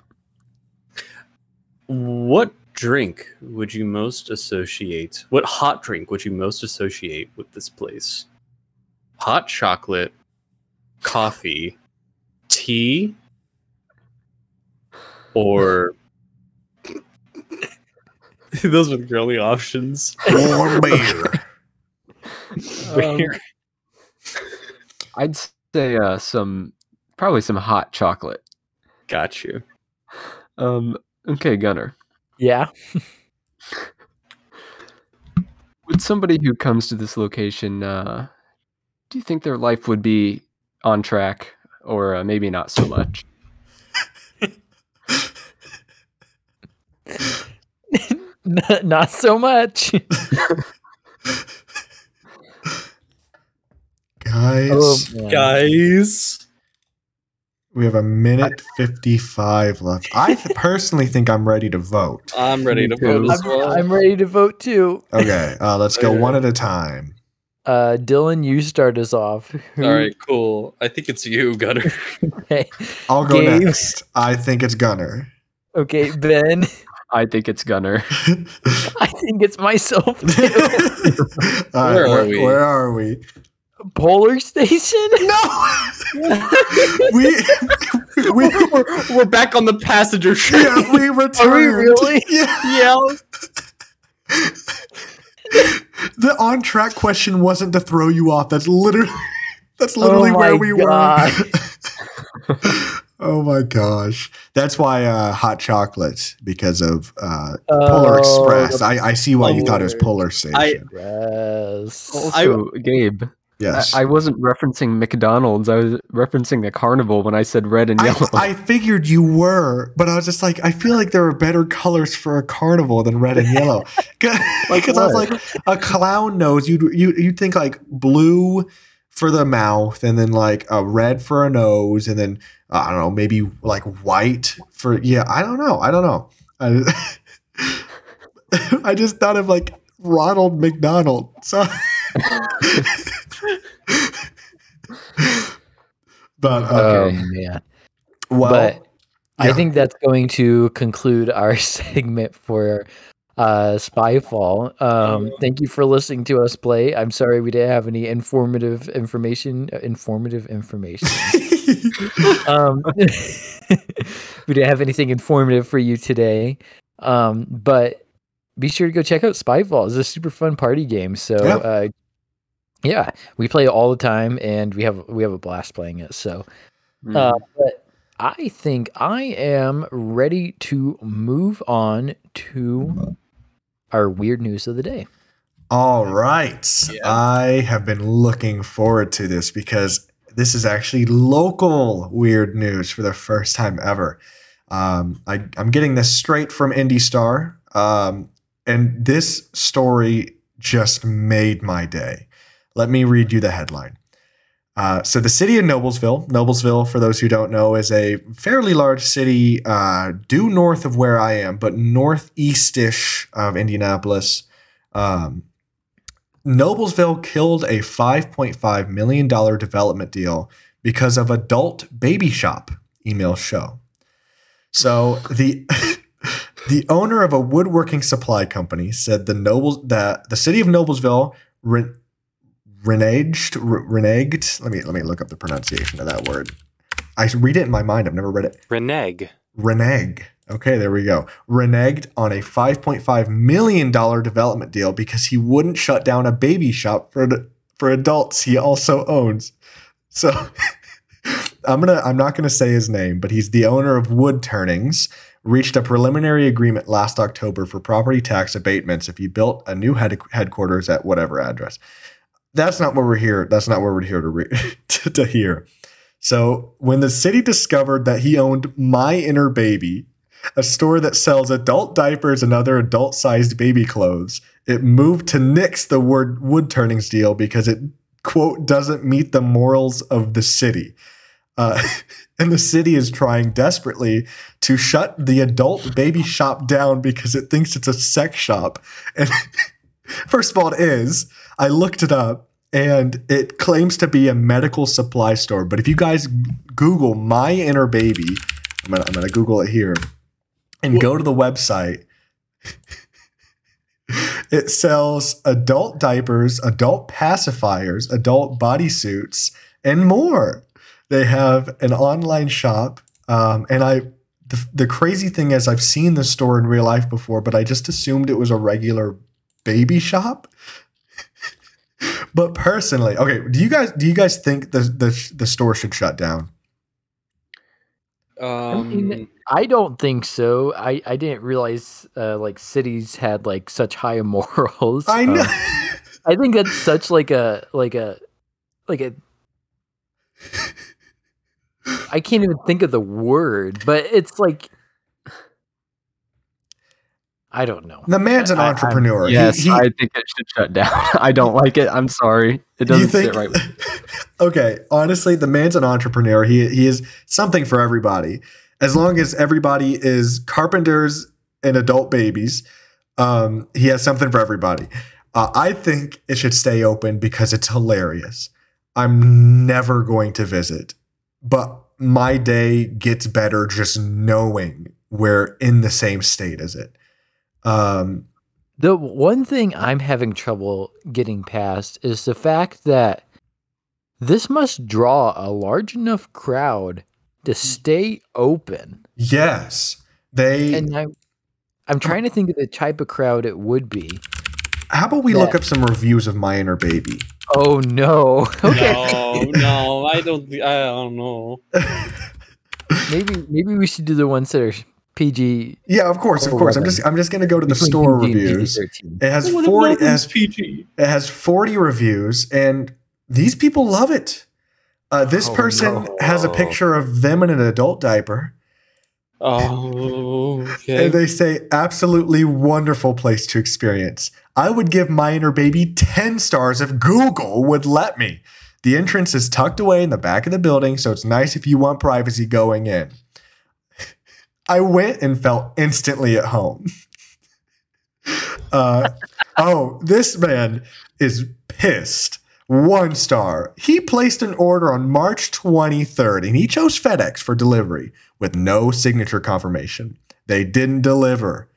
S3: what drink would you most associate? What hot drink would you most associate with this place? Hot chocolate, coffee, tea, or. [LAUGHS] Those were the only options.
S1: Warm beer.
S4: Um, I'd say uh, some, probably some hot chocolate.
S3: Got you.
S4: Um, okay, Gunner.
S5: [LAUGHS] Yeah. [LAUGHS]
S4: Would somebody who comes to this location, uh, do you think their life would be on track or uh, maybe not so much?
S5: not, not so much.
S1: Guys,
S5: Oh, man.
S3: Guys.
S1: we have a minute 55 left. I th- personally think I'm ready to vote.
S3: I'm ready to
S4: Me
S3: vote
S4: too.
S3: as
S5: I'm,
S3: well.
S5: I'm ready to vote too.
S1: Okay, uh, let's go
S3: Okay.
S1: one at a time.
S5: Uh, Dylan, you start us off. [LAUGHS] Who-
S3: All right, cool. I think it's you, Gutter.
S5: Okay.
S1: I'll go
S5: Gabe.
S1: next. I think it's
S5: [LAUGHS]
S1: Gunner. [LAUGHS]
S5: okay, Ben. [LAUGHS]
S4: I think it's Gunner.
S5: I think it's
S1: [LAUGHS]
S5: myself.
S1: All right,
S3: Where are
S1: where,
S3: we?
S1: where are we?
S5: Polar Station.
S1: No, [LAUGHS] we [LAUGHS] we
S3: we're, [LAUGHS] we're back on the passenger train.
S1: yeah, we returned.
S5: really?
S1: [LAUGHS] Yeah,
S3: [LAUGHS] Yeah.
S1: the on track question wasn't to throw you off. That's literally [LAUGHS] That's literally
S5: Oh
S1: where
S5: my
S1: we
S5: God.
S1: were. [LAUGHS] oh my gosh. That's why uh, hot chocolate because of uh, Polar
S5: Oh,
S1: Express.
S5: the
S1: I, I see why you thought it was Polar
S5: Polar.
S1: Station. Oh,
S5: Express.
S4: Also, Gabe, I,
S1: yes.
S4: I wasn't referencing McDonald's. I was referencing a carnival when I said red and
S1: I,
S4: yellow. [LAUGHS]
S1: I figured you were, but I was just like, I feel like there are better colors for a carnival than red and yellow. [LAUGHS] Because
S4: Like
S1: I was
S4: what?
S1: like, a clown nose. You'd you you'd think like blue for the mouth, and then like a red for a nose, and then uh, I don't know, maybe like white for yeah. I don't know. I don't know. I, [LAUGHS] I just thought of like Ronald McDonald. So. [LAUGHS] But uh,
S5: Oh
S4: Okay.
S5: man.
S1: well,
S5: but I
S1: yeah.
S5: think that's going to conclude our [LAUGHS] segment for uh Spyfall. Um thank you for listening to us play. I'm sorry we didn't have any informative information uh,
S1: [LAUGHS]
S5: informative information. um, [LAUGHS] we didn't have anything informative for you today. Um, but be sure to go check out Spyfall. It's a super fun party game. So
S1: Yeah.
S5: uh, yeah, we play it all the time and we have we have a blast playing it. So
S4: Hmm.
S5: uh, but I think I am ready to move on to our weird news of the day.
S1: All right. I have been looking forward to this because this is actually local weird news for the first time ever. Um, I, I'm getting this straight from Indie Star. Um, and this story just made my day. Let me read you the headline. Uh, so, the city of Noblesville, Noblesville, for those who don't know, is a fairly large city uh, due north of where I am, but northeastish of Indianapolis. Um, Noblesville killed a $5.5 million development deal because of adult baby shop email show. So the [LAUGHS] the owner of a woodworking supply company said the nobles that the city of Noblesville re, reneged re- reneged. Let me let me look up the pronunciation of that word. I read it in my mind. I've never read it
S6: Reneg.
S1: reneged. Okay, there we go. Reneged on a $5.5 million development deal because he wouldn't shut down a baby shop for for adults he also owns. So [LAUGHS] I'm going to I'm not going to say his name, but he's the owner of Wood Turnings. Reached a preliminary agreement last October for property tax abatements if you built a new head, headquarters at whatever address. That's not what we're here. That's not what we're here to re- [LAUGHS] to, to hear. So when the city discovered that he owned My Inner Baby, a store that sells adult diapers and other adult-sized baby clothes, it moved to nix the word wood turnings deal because it quote doesn't meet the morals of the city. Uh, [LAUGHS] and the city is trying desperately to shut the adult baby shop down because it thinks it's a sex shop. And [LAUGHS] first of all, it is. I looked it up and it claims to be a medical supply store. But if you guys Google my inner baby, I'm gonna, I'm gonna Google it here and go to the website. [LAUGHS] it sells adult diapers, adult pacifiers, adult bodysuits, and more. They have an online shop, um, and I. The, the crazy thing is, I've seen the store in real life before, but I just assumed it was a regular baby shop. [LAUGHS] But personally, okay, do you guys do you guys think the the, the store should shut down?
S5: mean,
S3: Um,
S5: I don't think so. I, I didn't realize uh, like cities had like such high [LAUGHS] morals.
S4: Uh,
S1: I know.
S5: Um, I think that's such like a like a like a I can't even think of the word, but it's like I don't know.
S1: [LAUGHS] the man's an
S4: I- I-
S1: entrepreneur. He-
S4: yes,
S1: he-
S4: I think it should shut down. [LAUGHS] I don't like it. I'm sorry. It
S1: Do you
S4: doesn't sit
S1: think-
S4: right. With
S1: [LAUGHS] okay, honestly, the man's an entrepreneur. He he is something for everybody. As long as everybody is carpenters and adult babies, um, he has something for everybody. Uh, I think it should stay open because it's hilarious. I'm never going to visit, but my day gets better just knowing we're in the same state as it. Um,
S5: The one thing I'm having trouble getting past is the fact that this must draw a large enough crowd to stay open.
S1: yes, they.
S5: And I I'm trying to think of the type of crowd it would be.
S1: How about we
S5: Yeah.
S1: look up some reviews of My Inner Baby?
S5: Oh no. [LAUGHS] Okay.
S1: [LAUGHS]
S3: No, Oh, no, I don't. thi- I don't know.
S5: Maybe maybe we should do the ones that are PG.
S1: Yeah, of course, of
S5: Oh,
S1: course. I'm
S5: well
S1: just I'm just gonna go to the
S5: between
S1: store
S5: PG and
S1: reviews.
S5: PG-13.
S1: It has
S3: What if
S1: forty it
S3: nothing's
S1: has,
S3: PG.
S1: it has forty reviews, and these people love it. Uh, this
S4: Oh,
S1: person
S4: no.
S1: has a picture of them in an adult diaper, [LAUGHS]
S3: Oh, okay.
S1: and they say absolutely wonderful place to experience. I would give my inner baby ten stars if Google would let me. The entrance is tucked away in the back of the building, so it's nice if you want privacy going in. I went and felt instantly at home. [LAUGHS] Uh, oh, this man is pissed. One star. He placed an order on March 23rd and he chose FedEx for delivery with no signature confirmation. They didn't deliver.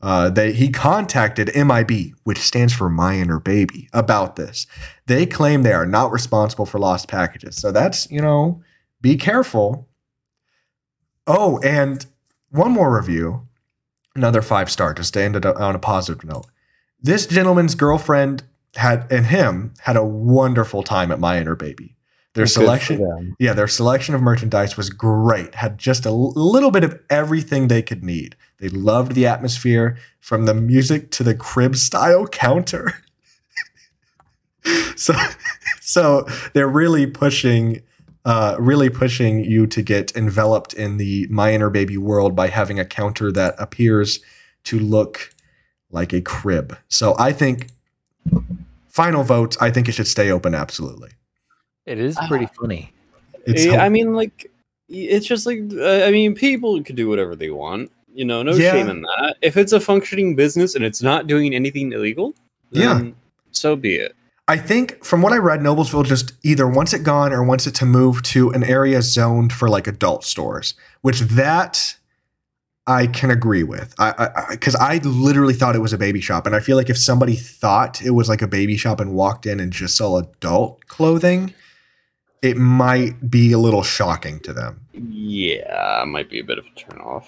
S1: Uh, they, he contacted MIB, which stands for My Inner Baby, about this. They claim they are not responsible for lost packages. So that's, you know, be careful. Oh, and one more review, another five star, just to end it on a positive note. This gentleman's girlfriend had and him had a wonderful time at My Inner Baby. Their
S5: Good for
S1: selection,
S5: them.
S1: yeah, their selection of merchandise was great. Had just a l- little bit of everything they could need. They loved the atmosphere from the music to the crib style [LAUGHS] counter. so so they're really pushing uh, really pushing you to get enveloped in the my inner baby world by having a counter that appears to look like a crib. So I think final votes, I think it should stay open absolutely.
S5: It is
S3: Ah.
S5: pretty funny.
S1: It's
S3: Yeah, Eh, I mean, like, y- it's just like uh, I mean, people could do whatever they want. You know, no
S1: Yeah.
S3: shame in that. If it's a functioning business and it's not doing anything illegal,
S1: Yeah.
S3: then so be it.
S1: I think from what I read, Noblesville just either wants it gone or wants it to move to an area zoned for like adult stores, which that I can agree with. I because I, I literally thought it was a baby shop, and I feel like if somebody thought it was like a baby shop and walked in and just saw adult clothing, it might be a little shocking to them
S3: Yeah, might be a bit of a turnoff.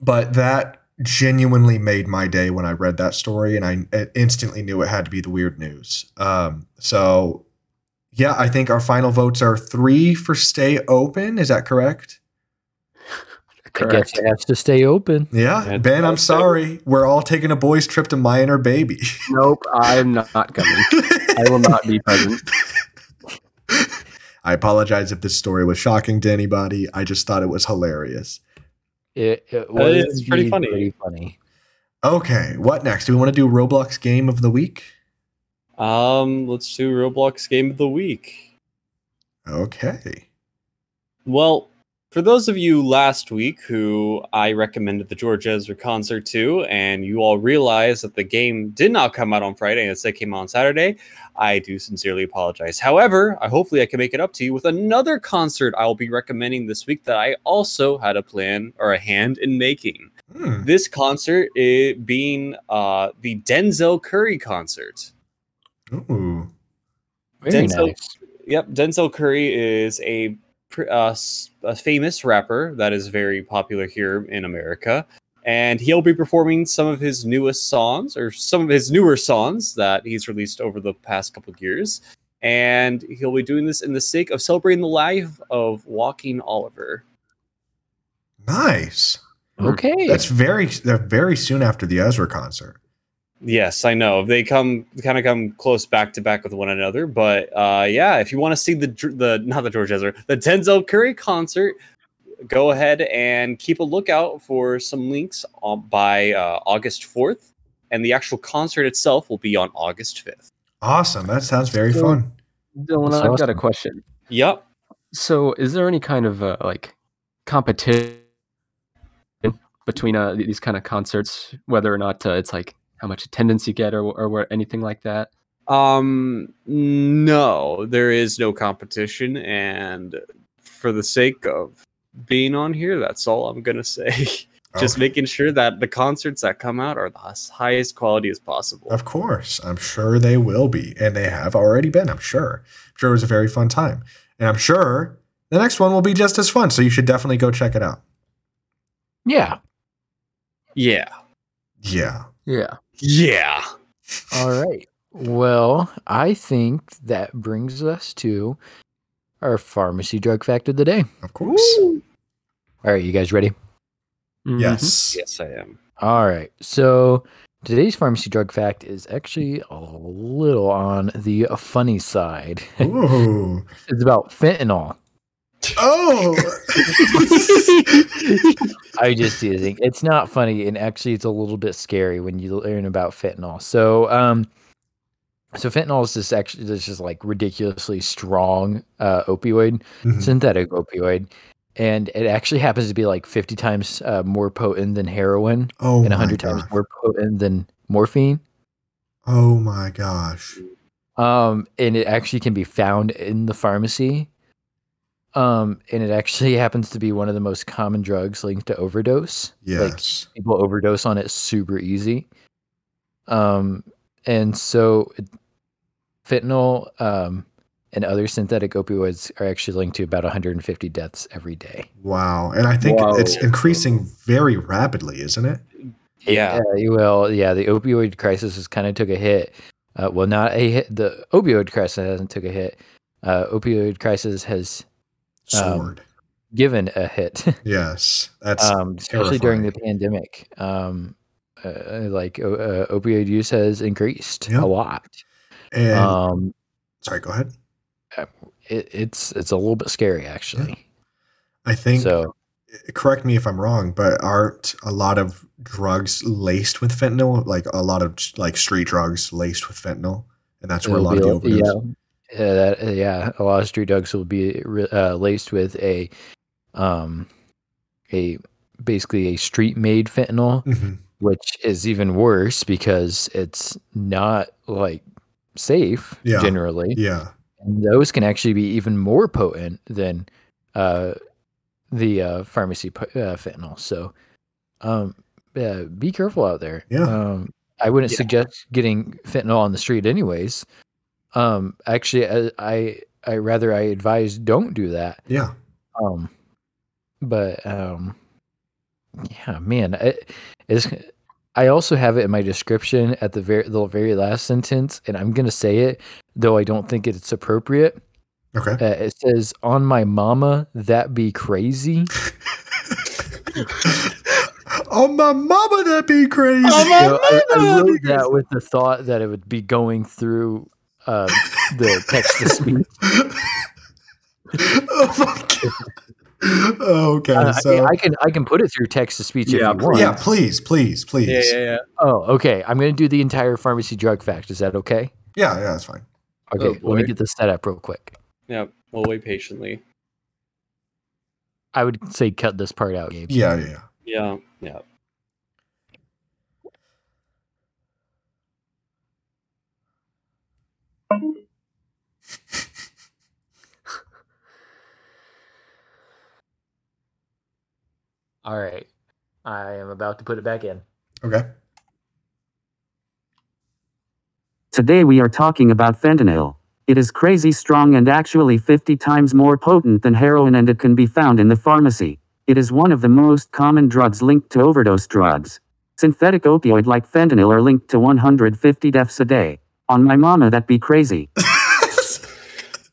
S1: but that genuinely made my day when I read that story, and I I instantly knew it had to be the weird news. Um, so, yeah, I think our final votes are three for stay open. Is that correct?
S5: I guess it has to stay open.
S1: Yeah,
S3: That's-
S1: Ben, I'm
S3: that's-
S1: sorry. We're all taking a boys' trip to my inner baby.
S4: Nope, I'm not coming.
S1: [LAUGHS]
S4: I will not be present.
S1: I apologize if this story was shocking to anybody. I just thought it was hilarious.
S5: It, it was
S3: it's pretty
S5: indeed
S3: funny.
S5: Pretty funny.
S1: Okay, what next? Do we want to do Roblox game of the week?
S3: Um, let's do Roblox game of the week.
S1: Okay.
S3: Well, for those of you last week who I recommended the George Ezra concert to, and you all realized that the game did not come out on Friday, and instead came out on Saturday, I do sincerely apologize. However, I hopefully I can make it up to you with another concert I'll be recommending this week that I also had a plan or a hand in making.
S1: Hmm.
S3: This concert eh, being uh, the Denzel Curry concert.
S1: Ooh.
S5: Very
S3: Denzel-
S5: nice.
S3: Yep, Denzel Curry is a pr- uh, s- a famous rapper that is very popular here in America, and he'll be performing some of his newest songs or some of his newer songs that he's released over the past couple of years. And he'll be doing this in the sake of celebrating the life of Walking Oliver.
S1: Nice.
S3: Mm-hmm.
S5: Okay.
S1: That's very that's very soon after the Ezra concert.
S3: Yes, I know they come kind of come close back to back with one another, but uh, yeah, if you want to see the Dr- the not the George Ezra the Denzel Curry concert, go ahead and keep a lookout for some links on, by uh, August fourth, and the actual concert itself will be on August fifth.
S1: Awesome. That sounds very
S4: So-
S1: fun.
S4: [LAUGHS] Dylan,
S5: That's
S4: I've got a
S5: awesome.
S4: question.
S3: Yep,
S4: So, is there any kind of uh, like competition between uh, these kind of concerts, whether or not uh, it's like how much attendance you get or or where, anything like that?
S3: Um, no, there is no competition, and for the sake of being on here, that's all I'm gonna [LAUGHS] say. Just
S1: Okay.
S3: making sure that the concerts that come out are the his- highest quality as possible.
S1: Of course. I'm sure they will be. And they have already been, I'm sure. I'm sure it was a very fun time. And I'm sure the next one will be just as fun. So you should definitely go check it out.
S5: yeah.
S3: Yeah,
S1: Yeah.
S4: Yeah.
S3: yeah.
S5: All right. Well, I think that brings us to our pharmacy drug fact of the day.
S1: Of course.
S5: All right, you guys ready?
S1: Yes.
S3: Mm-hmm. Yes, I
S1: [LAUGHS]
S3: am.
S5: All right. So today's pharmacy drug fact is actually a little on the funny side. [LAUGHS]
S1: Ooh.
S5: it's about fentanyl.
S1: Oh.
S5: I just do think it's not funny, and actually, it's a little bit scary when you learn about fentanyl. So, um, so fentanyl is this actually this is like ridiculously strong uh, opioid,
S1: Mhm.
S5: synthetic opioid, and it actually happens to be like fifty times uh, more potent than heroin
S1: oh
S5: and and
S1: my
S5: hundred
S1: gosh.
S5: times more potent than morphine.
S1: Oh my gosh.
S5: Um, and it actually can be found in the pharmacy. Um, and it actually [LAUGHS] happens to be one of the most common drugs linked to overdose. Like,
S1: Yes.
S5: people overdose on it super easy. Um, and so it, fentanyl um, and other synthetic opioids are actually linked to about 150 deaths every day.
S1: wow. And I think
S3: Wow.
S1: it's increasing very rapidly, isn't it?
S3: Yeah.
S5: Uh, you will. Yeah, the opioid crisis has kind of took a hit. Uh, well, not a hit. The opioid crisis hasn't took a hit. Uh, opioid crisis has Um,
S1: Sword.
S5: given a hit. [LAUGHS]
S1: yes. That's
S5: um, especially during the pandemic. Um, uh, like o- uh, opioid use has increased
S1: Yep.
S5: a lot.
S1: and
S5: Um,
S1: sorry, go ahead.
S5: it, it's it's a little bit scary actually.
S1: I think
S5: So
S1: correct me if I'm wrong, but aren't a lot of drugs laced with fentanyl? Like a lot of like street drugs laced with fentanyl, and that's where a
S5: it'll
S1: lot of the
S5: be
S1: overdose.
S5: a- yeah, yeah, that, uh, yeah, a lot of street dogs will be re- uh, laced with a um a basically a street made fentanyl, [LAUGHS]
S1: Mhm.
S5: which is even worse because it's not like safe
S1: Yeah.
S5: generally.
S1: Yeah.
S5: And those can actually be even more potent than uh, the uh, pharmacy po- uh, fentanyl. So, um, yeah, be careful out there.
S1: Yeah.
S5: Um, I wouldn't
S3: Yeah.
S5: suggest getting fentanyl on the street, anyways. Um, actually, I, I I rather I advise don't do that.
S1: Yeah.
S5: Um, but um, yeah, man, it is. I also have it in my description at the very the very last sentence, and I'm gonna say it, though I don't think it's appropriate.
S1: Okay. [LAUGHS]
S5: Uh, it says, "On my mama, that
S1: [LAUGHS]
S5: be crazy."
S1: oh my mama, that be crazy.
S5: You know, I, I wrote that with the thought that it would be going through uh,
S1: [LAUGHS]
S5: the text to speech.
S1: oh my god. [LAUGHS] Okay.
S5: Uh, I,
S1: so
S5: mean, I can I can put it through text to speech
S3: Yeah,
S5: if you want.
S1: yeah, please, please, please.
S3: Yeah,
S1: Yeah,
S3: yeah, yeah.
S5: Oh, okay. I'm gonna do the entire pharmacy drug fact. Is that okay?
S1: yeah, that's fine.
S5: Okay. let
S3: boy.
S5: me get this set up real quick.
S3: Yeah, we'll wait patiently.
S5: I would say cut this part out, Gabe.
S1: Yeah, yeah. yeah.
S3: Yeah, yeah.
S5: All right. I am about to put it back in.
S1: Okay.
S2: Today we are talking about fentanyl. It is crazy strong and actually 50 times more potent than heroin, and it can be found in the pharmacy. It is one of the most common drugs linked to overdose drugs. Synthetic opioid like fentanyl are linked to 150 deaths a day. On my mama, that be crazy.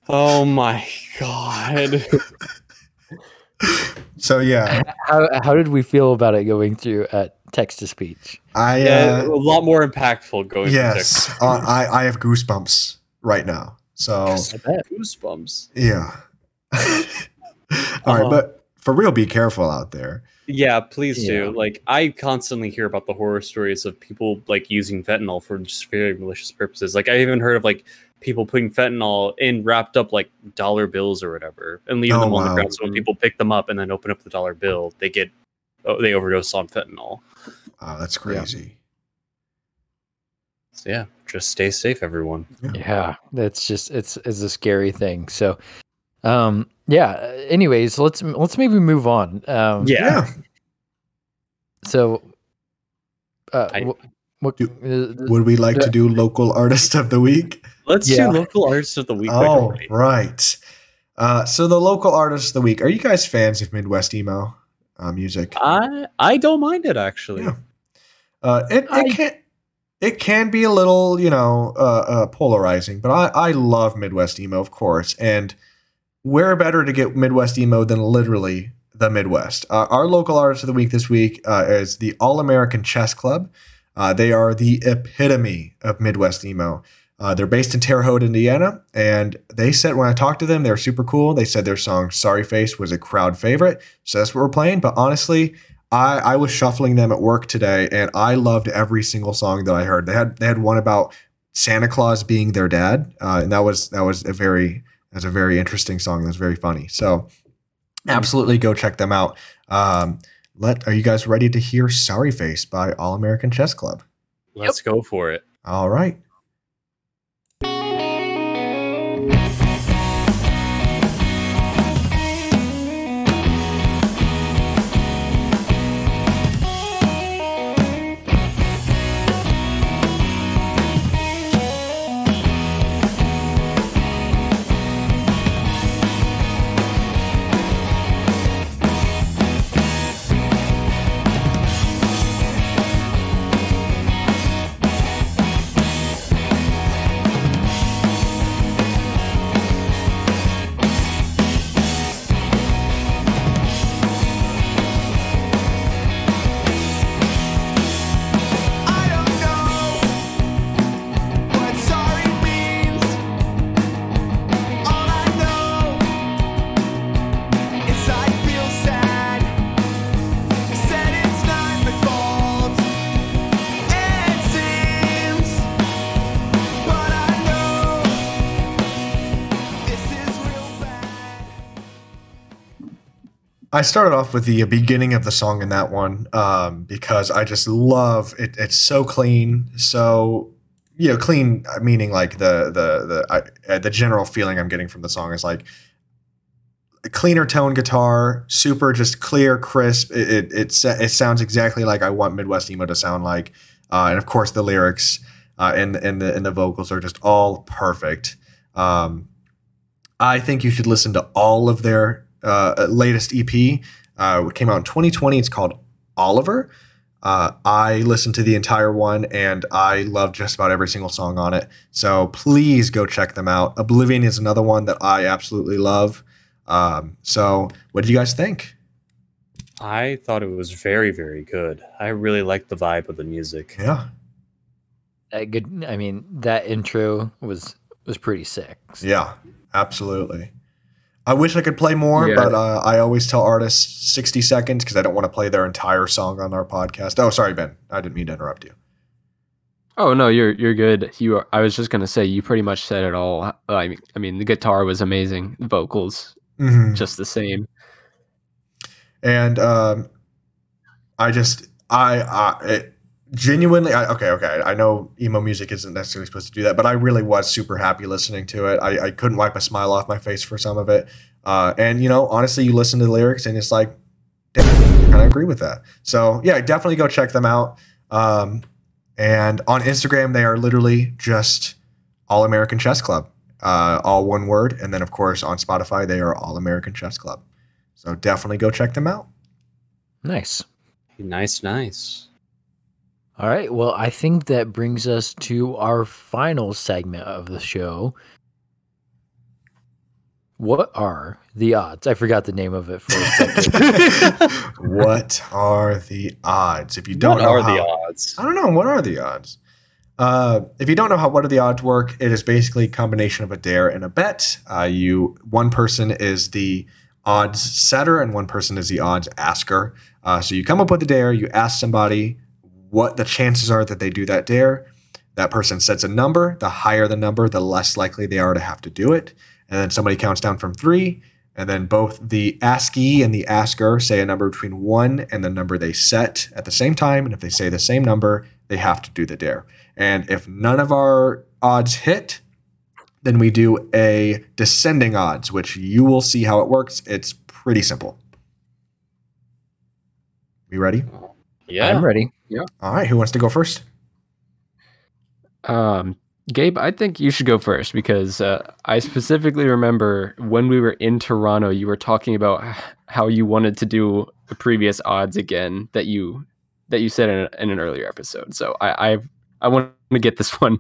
S3: Oh my [LAUGHS] god.
S1: so yeah,
S5: How, how did we feel about it going through uh, text to speech?
S1: I
S3: Yeah,
S1: uh,
S3: a lot more impactful going.
S1: yes,
S3: for
S1: uh, I I have goosebumps right now. So
S5: I bet.
S3: goosebumps.
S1: yeah. [LAUGHS] All right,
S3: Uh-huh.
S1: but for real, be careful out there.
S3: Yeah, please
S5: Yeah.
S3: do. Like, I constantly hear about the horror stories of people like using fentanyl for just very malicious purposes. Like, I even heard of like people putting fentanyl in wrapped up like dollar bills or whatever, and leaving
S1: Oh,
S3: them on the
S1: wow.
S3: ground. So when people pick them up and then open up the dollar bill, they get oh, they overdose on fentanyl.
S1: Wow, Uh, that's crazy.
S3: So yeah, just stay safe, everyone.
S5: Yeah, that's just it's it's a scary thing. So, um, yeah. Anyways, let's let's maybe move on. Um,
S3: Yeah.
S1: Yeah.
S5: So, uh,
S3: I-
S5: wh- what?
S1: Do-
S5: uh, uh,
S1: Would we like to do local [LAUGHS] artist of the week?
S3: Let's
S5: Yeah.
S3: do local artists of the week. by the
S1: Oh,
S3: way.
S1: right. Uh, so the local artist of the week. Are you guys fans of Midwest emo uh, music?
S3: I I don't mind it actually.
S1: Yeah. Uh, it it
S5: I-
S1: can it can be a little, you know, uh, uh, polarizing, but I, I love Midwest emo, of course. And where better to get Midwest emo than literally the Midwest? Uh, our local artist of the week this week uh, is the All American Chess Club. Uh, they are the epitome of Midwest emo. Uh, they're based in Terre Haute, Indiana, and they said when I talked to them, they were super cool. They said their song "Sorry Face" was a crowd favorite, so that's what we're playing. But honestly, I, I was shuffling them at work today, and I loved every single song that I heard. They had they had one about Santa Claus being their dad, uh, and that was that was a very that's a very interesting song. That was very funny. So absolutely go check them out. Um, let are you guys ready to hear "Sorry Face" by All American Chess Club?
S3: Let's go for it.
S1: All right.
S6: I don't know what sorry means. All I know is I feel sad. Said it's not my fault. It seems, but I know this is real bad.
S1: I started off with the beginning of the song in that one um, because I just love it. It's so clean, so you know, clean uh, meaning like the the the I, uh, the general feeling I'm getting from the song is like a cleaner tone guitar, super just clear, crisp. It it it, sa- it sounds exactly like I want Midwest emo to sound like, uh, and of course the lyrics uh, and and the and the vocals are just all perfect. Um, I think you should listen to all of their uh, latest EP. Uh, it came out in 2020. It's called Oliver. Uh, I listened to the entire one and I love just about every single song on it. So please go check them out. Oblivion is another one that I absolutely love. Um, so, what do you guys think?
S3: I thought it was very, very good. I really liked the vibe of the music.
S1: Yeah.
S5: That good. I mean, that intro was was pretty sick.
S1: Yeah, absolutely. I wish I could play more,
S4: Yeah.
S1: but uh, I always tell artists 60 seconds because I don't want to play their entire song on our podcast. Oh, sorry, Ben. I didn't mean to interrupt you.
S4: Oh no, you're you're good. You are, I was just gonna say you pretty much said it all. I mean, I mean the guitar was amazing, the vocals
S1: Mhm.
S4: just the same.
S1: and um, I just I I it, genuinely I, okay okay I know emo music isn't necessarily supposed to do that, but I really was super happy listening to it. I, I couldn't wipe a smile off my face for some of it, uh, and you know honestly, you listen to the lyrics and it's like, damn, I agree with that. So yeah, definitely go check them out. Um, and on Instagram, they are literally just All American Chess Club. Uh, all one word, and then of course on Spotify they are All American Chess Club. So definitely go check them out.
S5: Nice.
S1: [LAUGHS]
S3: Nice, nice.
S5: All right. Well, I think that brings us to our final segment of the show. What are the odds? I forgot the name of it for a second.
S3: [LAUGHS]
S1: what are the odds? If you don't
S3: what
S1: know
S3: are
S1: how,
S3: the odds?
S1: I don't know. What are the odds? Uh, if you don't know how what are the odds work, it is basically a combination of a dare and a bet. Uh, you one person is the odds setter and one person is the odds asker. Uh, so you come up with a dare, you ask somebody what the chances are that they do that dare. That person sets a number. The higher the number, the less likely they are to have to do it. And then somebody counts down from three. And then both the askee and the asker say a number between one and the number they set at the same time. And if they say the same number, they have to do the dare. And if none of our odds hit, then we do a descending odds, which you will see how it works. It's pretty simple. You ready?
S3: Yeah.
S5: I'm ready.
S1: All right. Who wants to go first?
S4: Um, Gabe, I think you should go first because uh, I specifically remember when we were in Toronto, you were talking about h- how you wanted to do the previous odds again that you that you said in, a, in an earlier episode. So I, I I want to get this [LAUGHS] one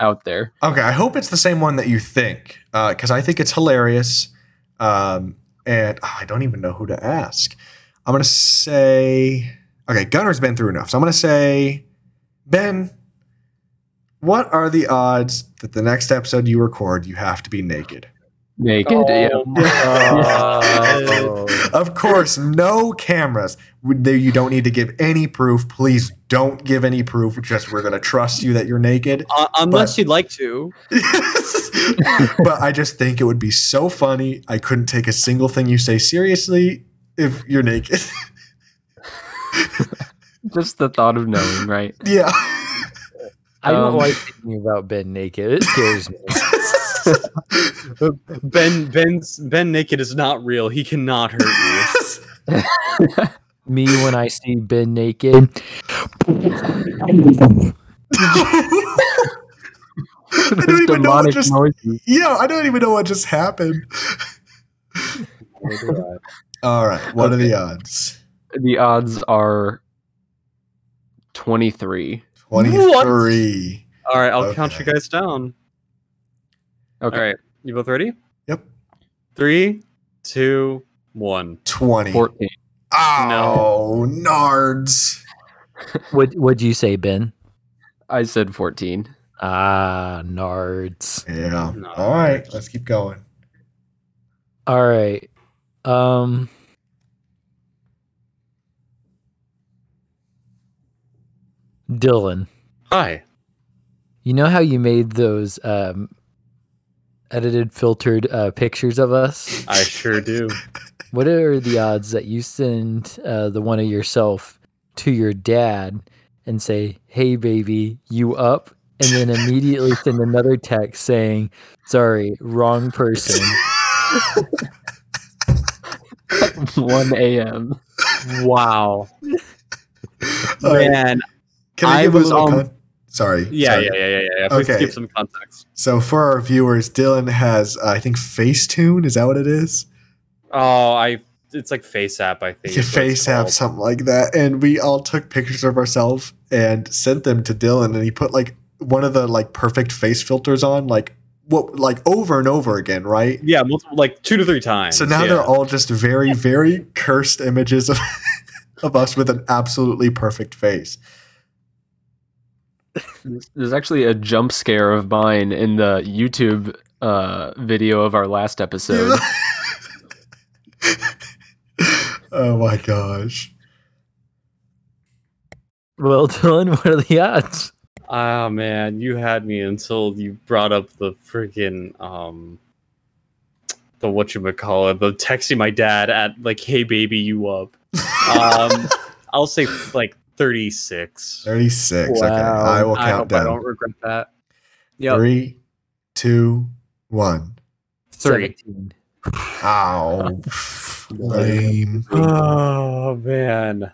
S4: out there.
S1: Okay, I hope it's the same one that you think, because I think it's hilarious. Um, and ah, I don't even know who to ask. I'm gonna say, okay, Gunner's been through enough, so I'm gonna say, Ben, what are the odds that the next episode you record you have to be naked?
S4: Naked. yeah.
S1: [LAUGHS] Of course, no cameras. We- there- You don't need to give any proof. Please don't give any proof. Just we're gonna trust you that you're naked.
S3: Uh, unless you'd like to.
S1: [LAUGHS] but I just think it would be so funny. I couldn't take a single thing you say seriously if you're naked. [LAUGHS]
S4: Just the thought of knowing, right?
S1: yeah.
S5: I don't
S4: Um,
S5: [LAUGHS] like thinking about Ben naked. It scares me.
S3: Ben Ben's Ben naked is not real. He cannot hurt
S1: [LAUGHS]
S3: you.
S5: me when I see Ben naked.
S1: [LAUGHS] I
S4: Those
S1: don't even know what
S4: demonic
S1: just
S4: noises.
S1: Yeah, I don't even know what just
S4: [LAUGHS]
S1: happened. All right. What are the odds?
S4: The odds are twenty-three.
S1: 23.
S3: All right, I'll count you
S1: Okay.
S3: guys down.
S4: Okay.
S3: All right, you both ready?
S1: Yep.
S3: Three, two, one.
S1: 20.
S4: Fourteen.
S1: Oh, nards.
S5: What what'd you say, Ben?
S4: I said
S3: [LAUGHS]
S4: fourteen.
S5: Ah, nards.
S1: Yeah.
S3: Nards.
S1: All right. Let's keep going.
S5: All right. Um Dylan,
S3: Hi.
S5: you know how you made those um edited filtered uh, pictures of us?
S3: I
S1: [LAUGHS]
S3: sure do.
S5: What are the odds that you send uh, the one of yourself to your dad and say, "Hey, baby, you up?" and then [LAUGHS] immediately send another text saying, "Sorry, wrong person."
S4: One a.m.
S3: wow.
S1: [LAUGHS] All right,
S3: Man.
S1: Can I,
S3: I
S1: give
S3: was
S1: us all?
S3: on-
S1: Con- sorry.
S3: Yeah,
S1: sorry.
S3: yeah, yeah, yeah, yeah, yeah. Please
S1: Okay.
S3: give some context.
S1: So for our viewers, Dylan has, uh, I think, Facetune. Is that what it is?
S3: Oh, I. It's like Face App, I think.
S1: Your
S3: is what
S1: [LAUGHS]
S3: it's
S1: face app,
S3: called.
S1: something like that. And we all took pictures of ourselves and sent them to Dylan, and he put like one of the like perfect face filters on, like what, like over and over again, right?
S3: Yeah, multiple, like two to three times.
S1: So now
S3: yeah.
S1: they're all just very, very cursed images of [LAUGHS] of us with an absolutely perfect face.
S4: There's actually a jump scare of mine in the YouTube uh, video of our last episode.
S3: [LAUGHS]
S1: [LAUGHS] oh my gosh.
S5: well, Dylan, what are the odds?
S3: Oh man, you had me until you brought up the freaking um the what you call it, the texting my dad at like, "Hey baby, you [LAUGHS] up?" Um, I'll say like thirty six.
S1: 36. Okay.
S5: Wow.
S1: I will
S3: I
S1: count
S3: hope I don't
S1: down.
S3: regret that. Yeah,
S1: Three, two, one.
S3: three.
S5: 17.
S3: [LAUGHS]
S1: Ow. Lame.
S3: Oh man,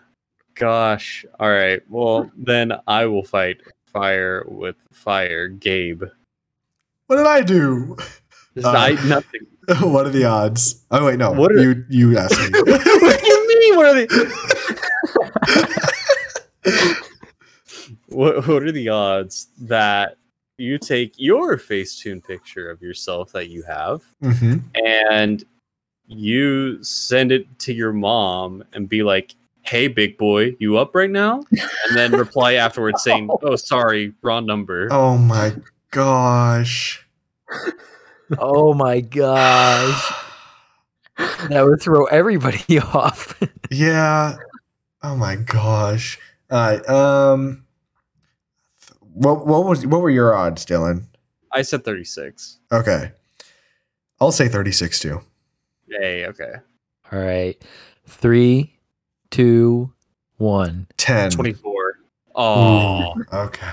S3: gosh. All right. Well, then I will fight fire with fire, Gabe.
S1: What did I do? [LAUGHS] Uh,
S3: I nothing.
S1: what are the odds? Oh wait, no.
S3: What are-
S1: you you asked me.
S3: [LAUGHS] what do you mean? What are they? What, what are the odds that you take your Facetune picture of yourself that you have
S1: Mhm.
S3: and you send it to your mom and be like, "Hey, big boy, you up right now?" And then reply afterwards [LAUGHS] saying, "Oh, sorry, wrong number."
S1: Oh my gosh.
S5: Oh my gosh, that would throw everybody [LAUGHS] off.
S1: Yeah. Oh my gosh. All right. Um. What what was what were your odds, Dylan?
S3: I said thirty-six.
S1: Okay. I'll say 36 too.
S3: Hey, okay,
S5: All right, three, two, one.
S1: 10.
S3: twenty-four. Oh,
S1: Okay.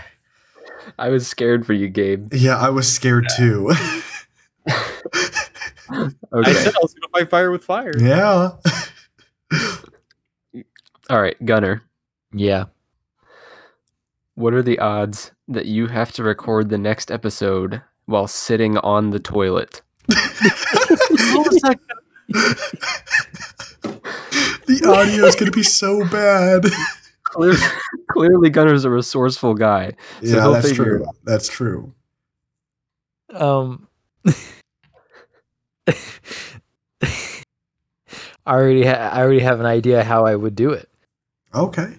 S4: I was scared for you, Gabe.
S1: Yeah, I was scared too. [LAUGHS]
S3: I
S4: Okay.
S3: said I was gonna fight fire with fire.
S1: yeah.
S4: All right, Gunner.
S5: Yeah.
S4: What are the odds that you have to record the next episode while sitting on the toilet?
S1: the audio is going to be [LAUGHS] so bad.
S4: Clearly, [LAUGHS] clearly Gunner's a resourceful guy. So
S1: yeah,
S4: go
S1: that's
S4: figure.
S1: true. That's true.
S5: Um, I already ha- I already have an idea how I would do it.
S1: Okay.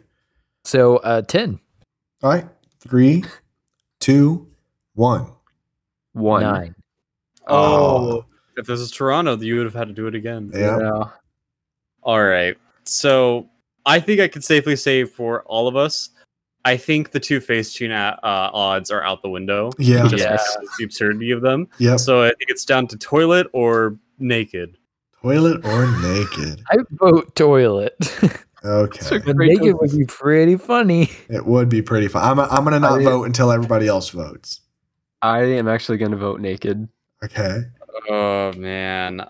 S5: So uh, ten,
S1: All right. Three, two, one.
S4: One.
S5: nine.
S1: Oh.
S3: If this was Toronto, you would have had to do it again.
S1: Yeah.
S4: Yeah.
S3: All right. So I think I could safely say for all of us, I think the two face tune uh, odds are out
S1: [LAUGHS]
S3: the window.
S1: Yeah.
S3: Just
S4: Yes.
S3: because of the absurdity of them.
S1: Yep.
S3: So I think it's down to toilet or naked.
S1: Toilet or naked.
S5: I vote [LAUGHS] toilet.
S1: Okay.
S5: the
S4: Great
S5: naked
S4: choice.
S5: would be pretty funny.
S1: It would be pretty fun. I'm, I'm going to not
S4: I-
S1: vote until everybody else votes.
S4: I am actually going to vote naked.
S1: Okay.
S3: Oh man,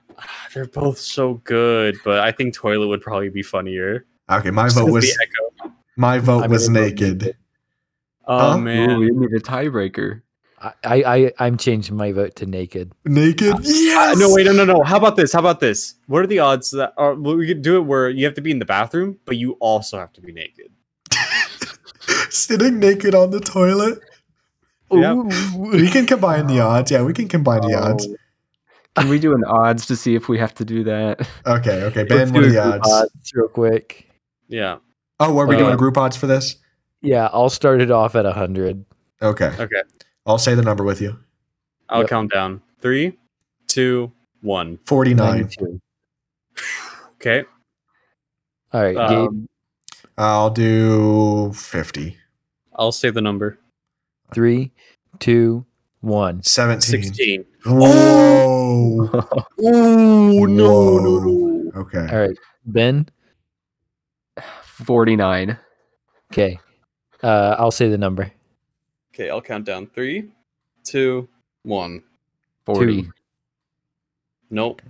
S3: [SIGHS] they're both so good, but I think toilet would probably be funnier.
S1: Okay. My
S3: Just
S1: vote
S3: 'cause
S1: was
S3: the echo.
S1: my vote
S5: I'm
S1: was
S5: gonna vote
S1: naked.
S5: naked.
S3: Oh
S1: Huh?
S4: Ooh,
S3: man,
S4: we need a tiebreaker.
S5: I, I, I I'm changing my vote to naked.
S1: Naked.
S3: Uh,
S1: Yes.
S3: no, wait, no, no, no. How about this? How about this? What are the odds that or well, we could do it where you have to be in the bathroom, but you also have to be naked?
S1: Sitting naked on the toilet.
S3: Yep.
S1: We can combine the odds. Yeah, we can combine the odds.
S4: Oh. Can we do an odds to see if we have to do that? [LAUGHS]
S1: Okay, okay.
S5: Let's
S1: Ben, what are
S5: do a
S1: the
S5: group
S1: odds?
S5: real quick.
S3: Yeah.
S1: Oh, are we doing
S3: Uh,
S1: group odds for this?
S5: Yeah, I'll start it off at hundred.
S1: Okay.
S3: Okay.
S1: I'll say the number with you.
S3: I'll
S5: Yep.
S3: count down. Three, two, one.
S1: Forty nine.
S5: Ninety-two.
S3: Okay.
S5: All right, Gabe,
S3: Um,
S1: I'll do fifty.
S3: I'll say the number.
S5: three, two, one.
S1: Seventeen.
S3: Sixteen.
S1: Whoa.
S3: Oh
S1: no, no, no. Okay.
S5: All right, Ben.
S4: 49.
S5: Okay, uh, I'll say the number.
S3: Okay, I'll count down. Three, two, one.
S4: 40.
S5: Two.
S3: Nope.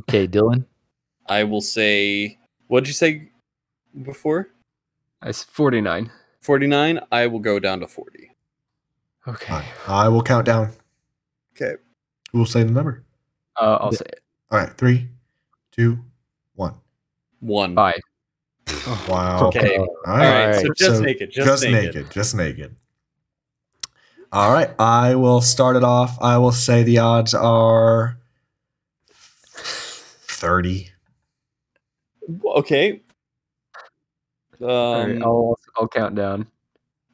S5: Okay, Dylan.
S3: I will say what did you say before?
S4: I s- 49.
S3: Forty nine. I will go down to forty.
S4: Okay.
S1: Fine. I will count down.
S3: Okay.
S1: We'll say the number.
S4: Uh, I'll
S5: The-
S4: say it.
S1: All right. Three, two, one.
S3: One.
S4: Five.
S1: Wow.
S3: Oh, Okay.
S5: Uh,
S1: All
S3: All right.
S1: right.
S3: So just naked. Just, naked.
S1: Just naked. All right. I will start it off. I will say the odds are 30.
S3: Okay. Um,
S4: All right,
S3: all
S4: I'll, I'll count down.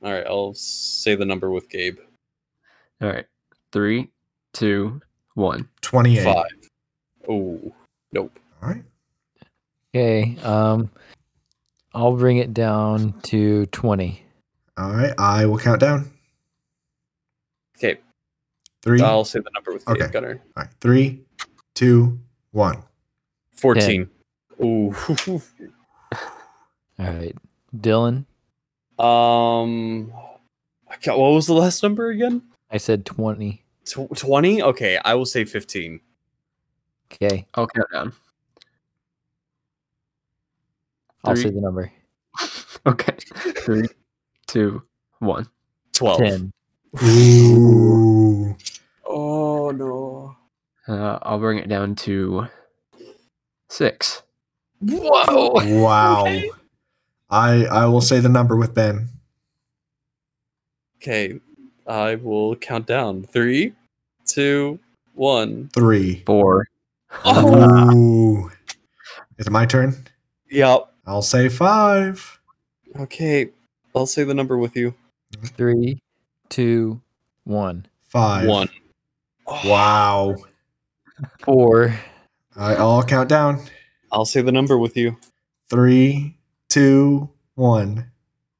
S3: right. I'll say the number with Gabe.
S4: All right. Three, two, one.
S1: 28.
S3: Five. Oh, nope.
S1: All right.
S5: Okay, um, I'll bring it down to twenty.
S1: All right. I will count down.
S3: Okay.
S1: 3
S3: I'll say the number with Gabe
S1: Okay.
S3: Gunner.
S1: all right. Three, two, one.
S3: Fourteen. Ooh. [LAUGHS]
S5: All right, Dylan.
S3: um. I can't- What was the last number again?
S5: I said twenty.
S3: Twenty. Okay. I will say fifteen.
S5: Okay,
S4: I'll count down.
S5: I'll
S4: Three.
S5: say the number.
S4: [LAUGHS] Okay. Three, two, one.
S3: Twelve.
S5: Ten.
S1: Ooh.
S3: Oh no.
S4: Uh, I'll bring it down to six.
S3: Whoa.
S1: Wow.
S3: Okay.
S1: I I will say the number with Ben.
S3: Okay, I will count down. Three, two, one.
S1: Three.
S4: Four.
S1: Oh. Ooh. Is it my turn?
S3: Yep.
S1: I'll say five.
S3: Okay, I'll say the number with you.
S5: Three, two, one.
S1: Five.
S3: One. Oh,
S1: Wow.
S5: Four.
S1: All right, I'll count down.
S3: I'll say the number with you.
S1: Three, two, one.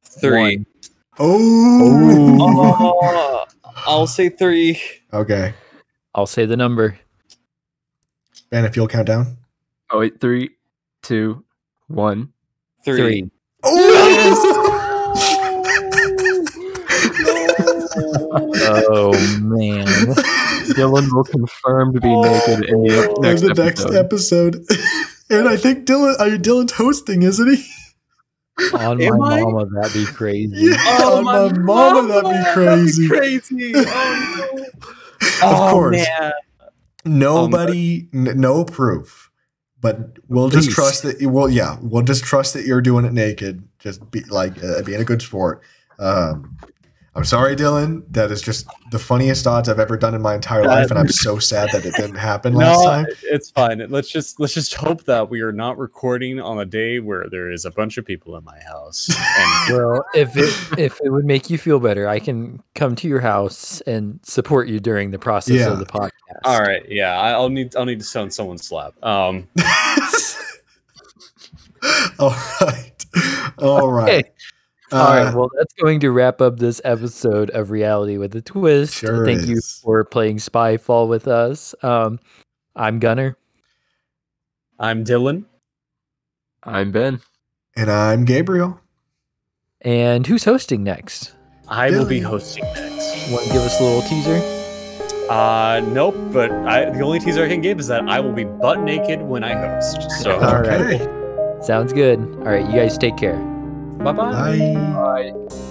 S3: Three.
S1: Oh.
S3: Oh, I'll say three.
S1: Okay.
S5: I'll say the number.
S1: Ben, if you'll count down.
S4: Oh, wait. Three, two, one.
S3: Three. Oh,
S5: Three. Oh man,
S4: Dylan will confirm to be naked in the
S1: There's
S4: next,
S1: Oh, the next
S4: episode.
S1: episode. and I think Dylan, uh, Dylan's hosting, isn't he? [LAUGHS]
S5: on my
S3: Am I?
S5: mama, that'd be crazy.
S1: Yeah,
S3: Oh
S1: on Oh, my, mama, that'd be crazy.
S3: crazy. Oh, no. Oh,
S1: of course,
S3: man.
S1: nobody, n- no proof, But we'll just
S7: Please.
S1: trust that. Well, yeah, we'll just trust that you're doing it naked. Just be like uh, being a good sport. Um, I'm sorry, Dylan. That is just the funniest odds I've ever done in my entire life, and I'm so sad that it didn't happen last
S3: [LAUGHS] No,
S1: time. [LAUGHS]
S3: it's fine. Let's just let's just hope that we are not recording on a day where there is a bunch of people in my house.
S1: [LAUGHS]
S3: And
S5: Well, if it if it would make you feel better, I can come to your house and support you during the process
S1: Yeah.
S5: of the podcast.
S3: [LAUGHS] all right, yeah, I- I'll need I'll need to sound someone's slap. Um,
S1: All right, all right.
S5: Okay. All
S1: Uh,
S5: right. Well, that's going to wrap up this episode of Reality with a Twist.
S1: Sure
S5: Thank you
S1: is.
S5: for playing Spyfall with us. Um, I'm Gunner.
S3: I'm Dylan.
S4: I'm Ben.
S1: and I'm Gabriel.
S5: And who's hosting next?
S3: I will be
S1: Dylan.
S3: hosting next.
S5: Want to give us a little teaser?
S3: Uh, nope. But I, the only teaser I can give is that I will be butt naked when I host. So
S1: [LAUGHS]
S5: All right. Sounds good. All right. You guys take care.
S3: bye bye.
S1: Bye.
S4: Bye.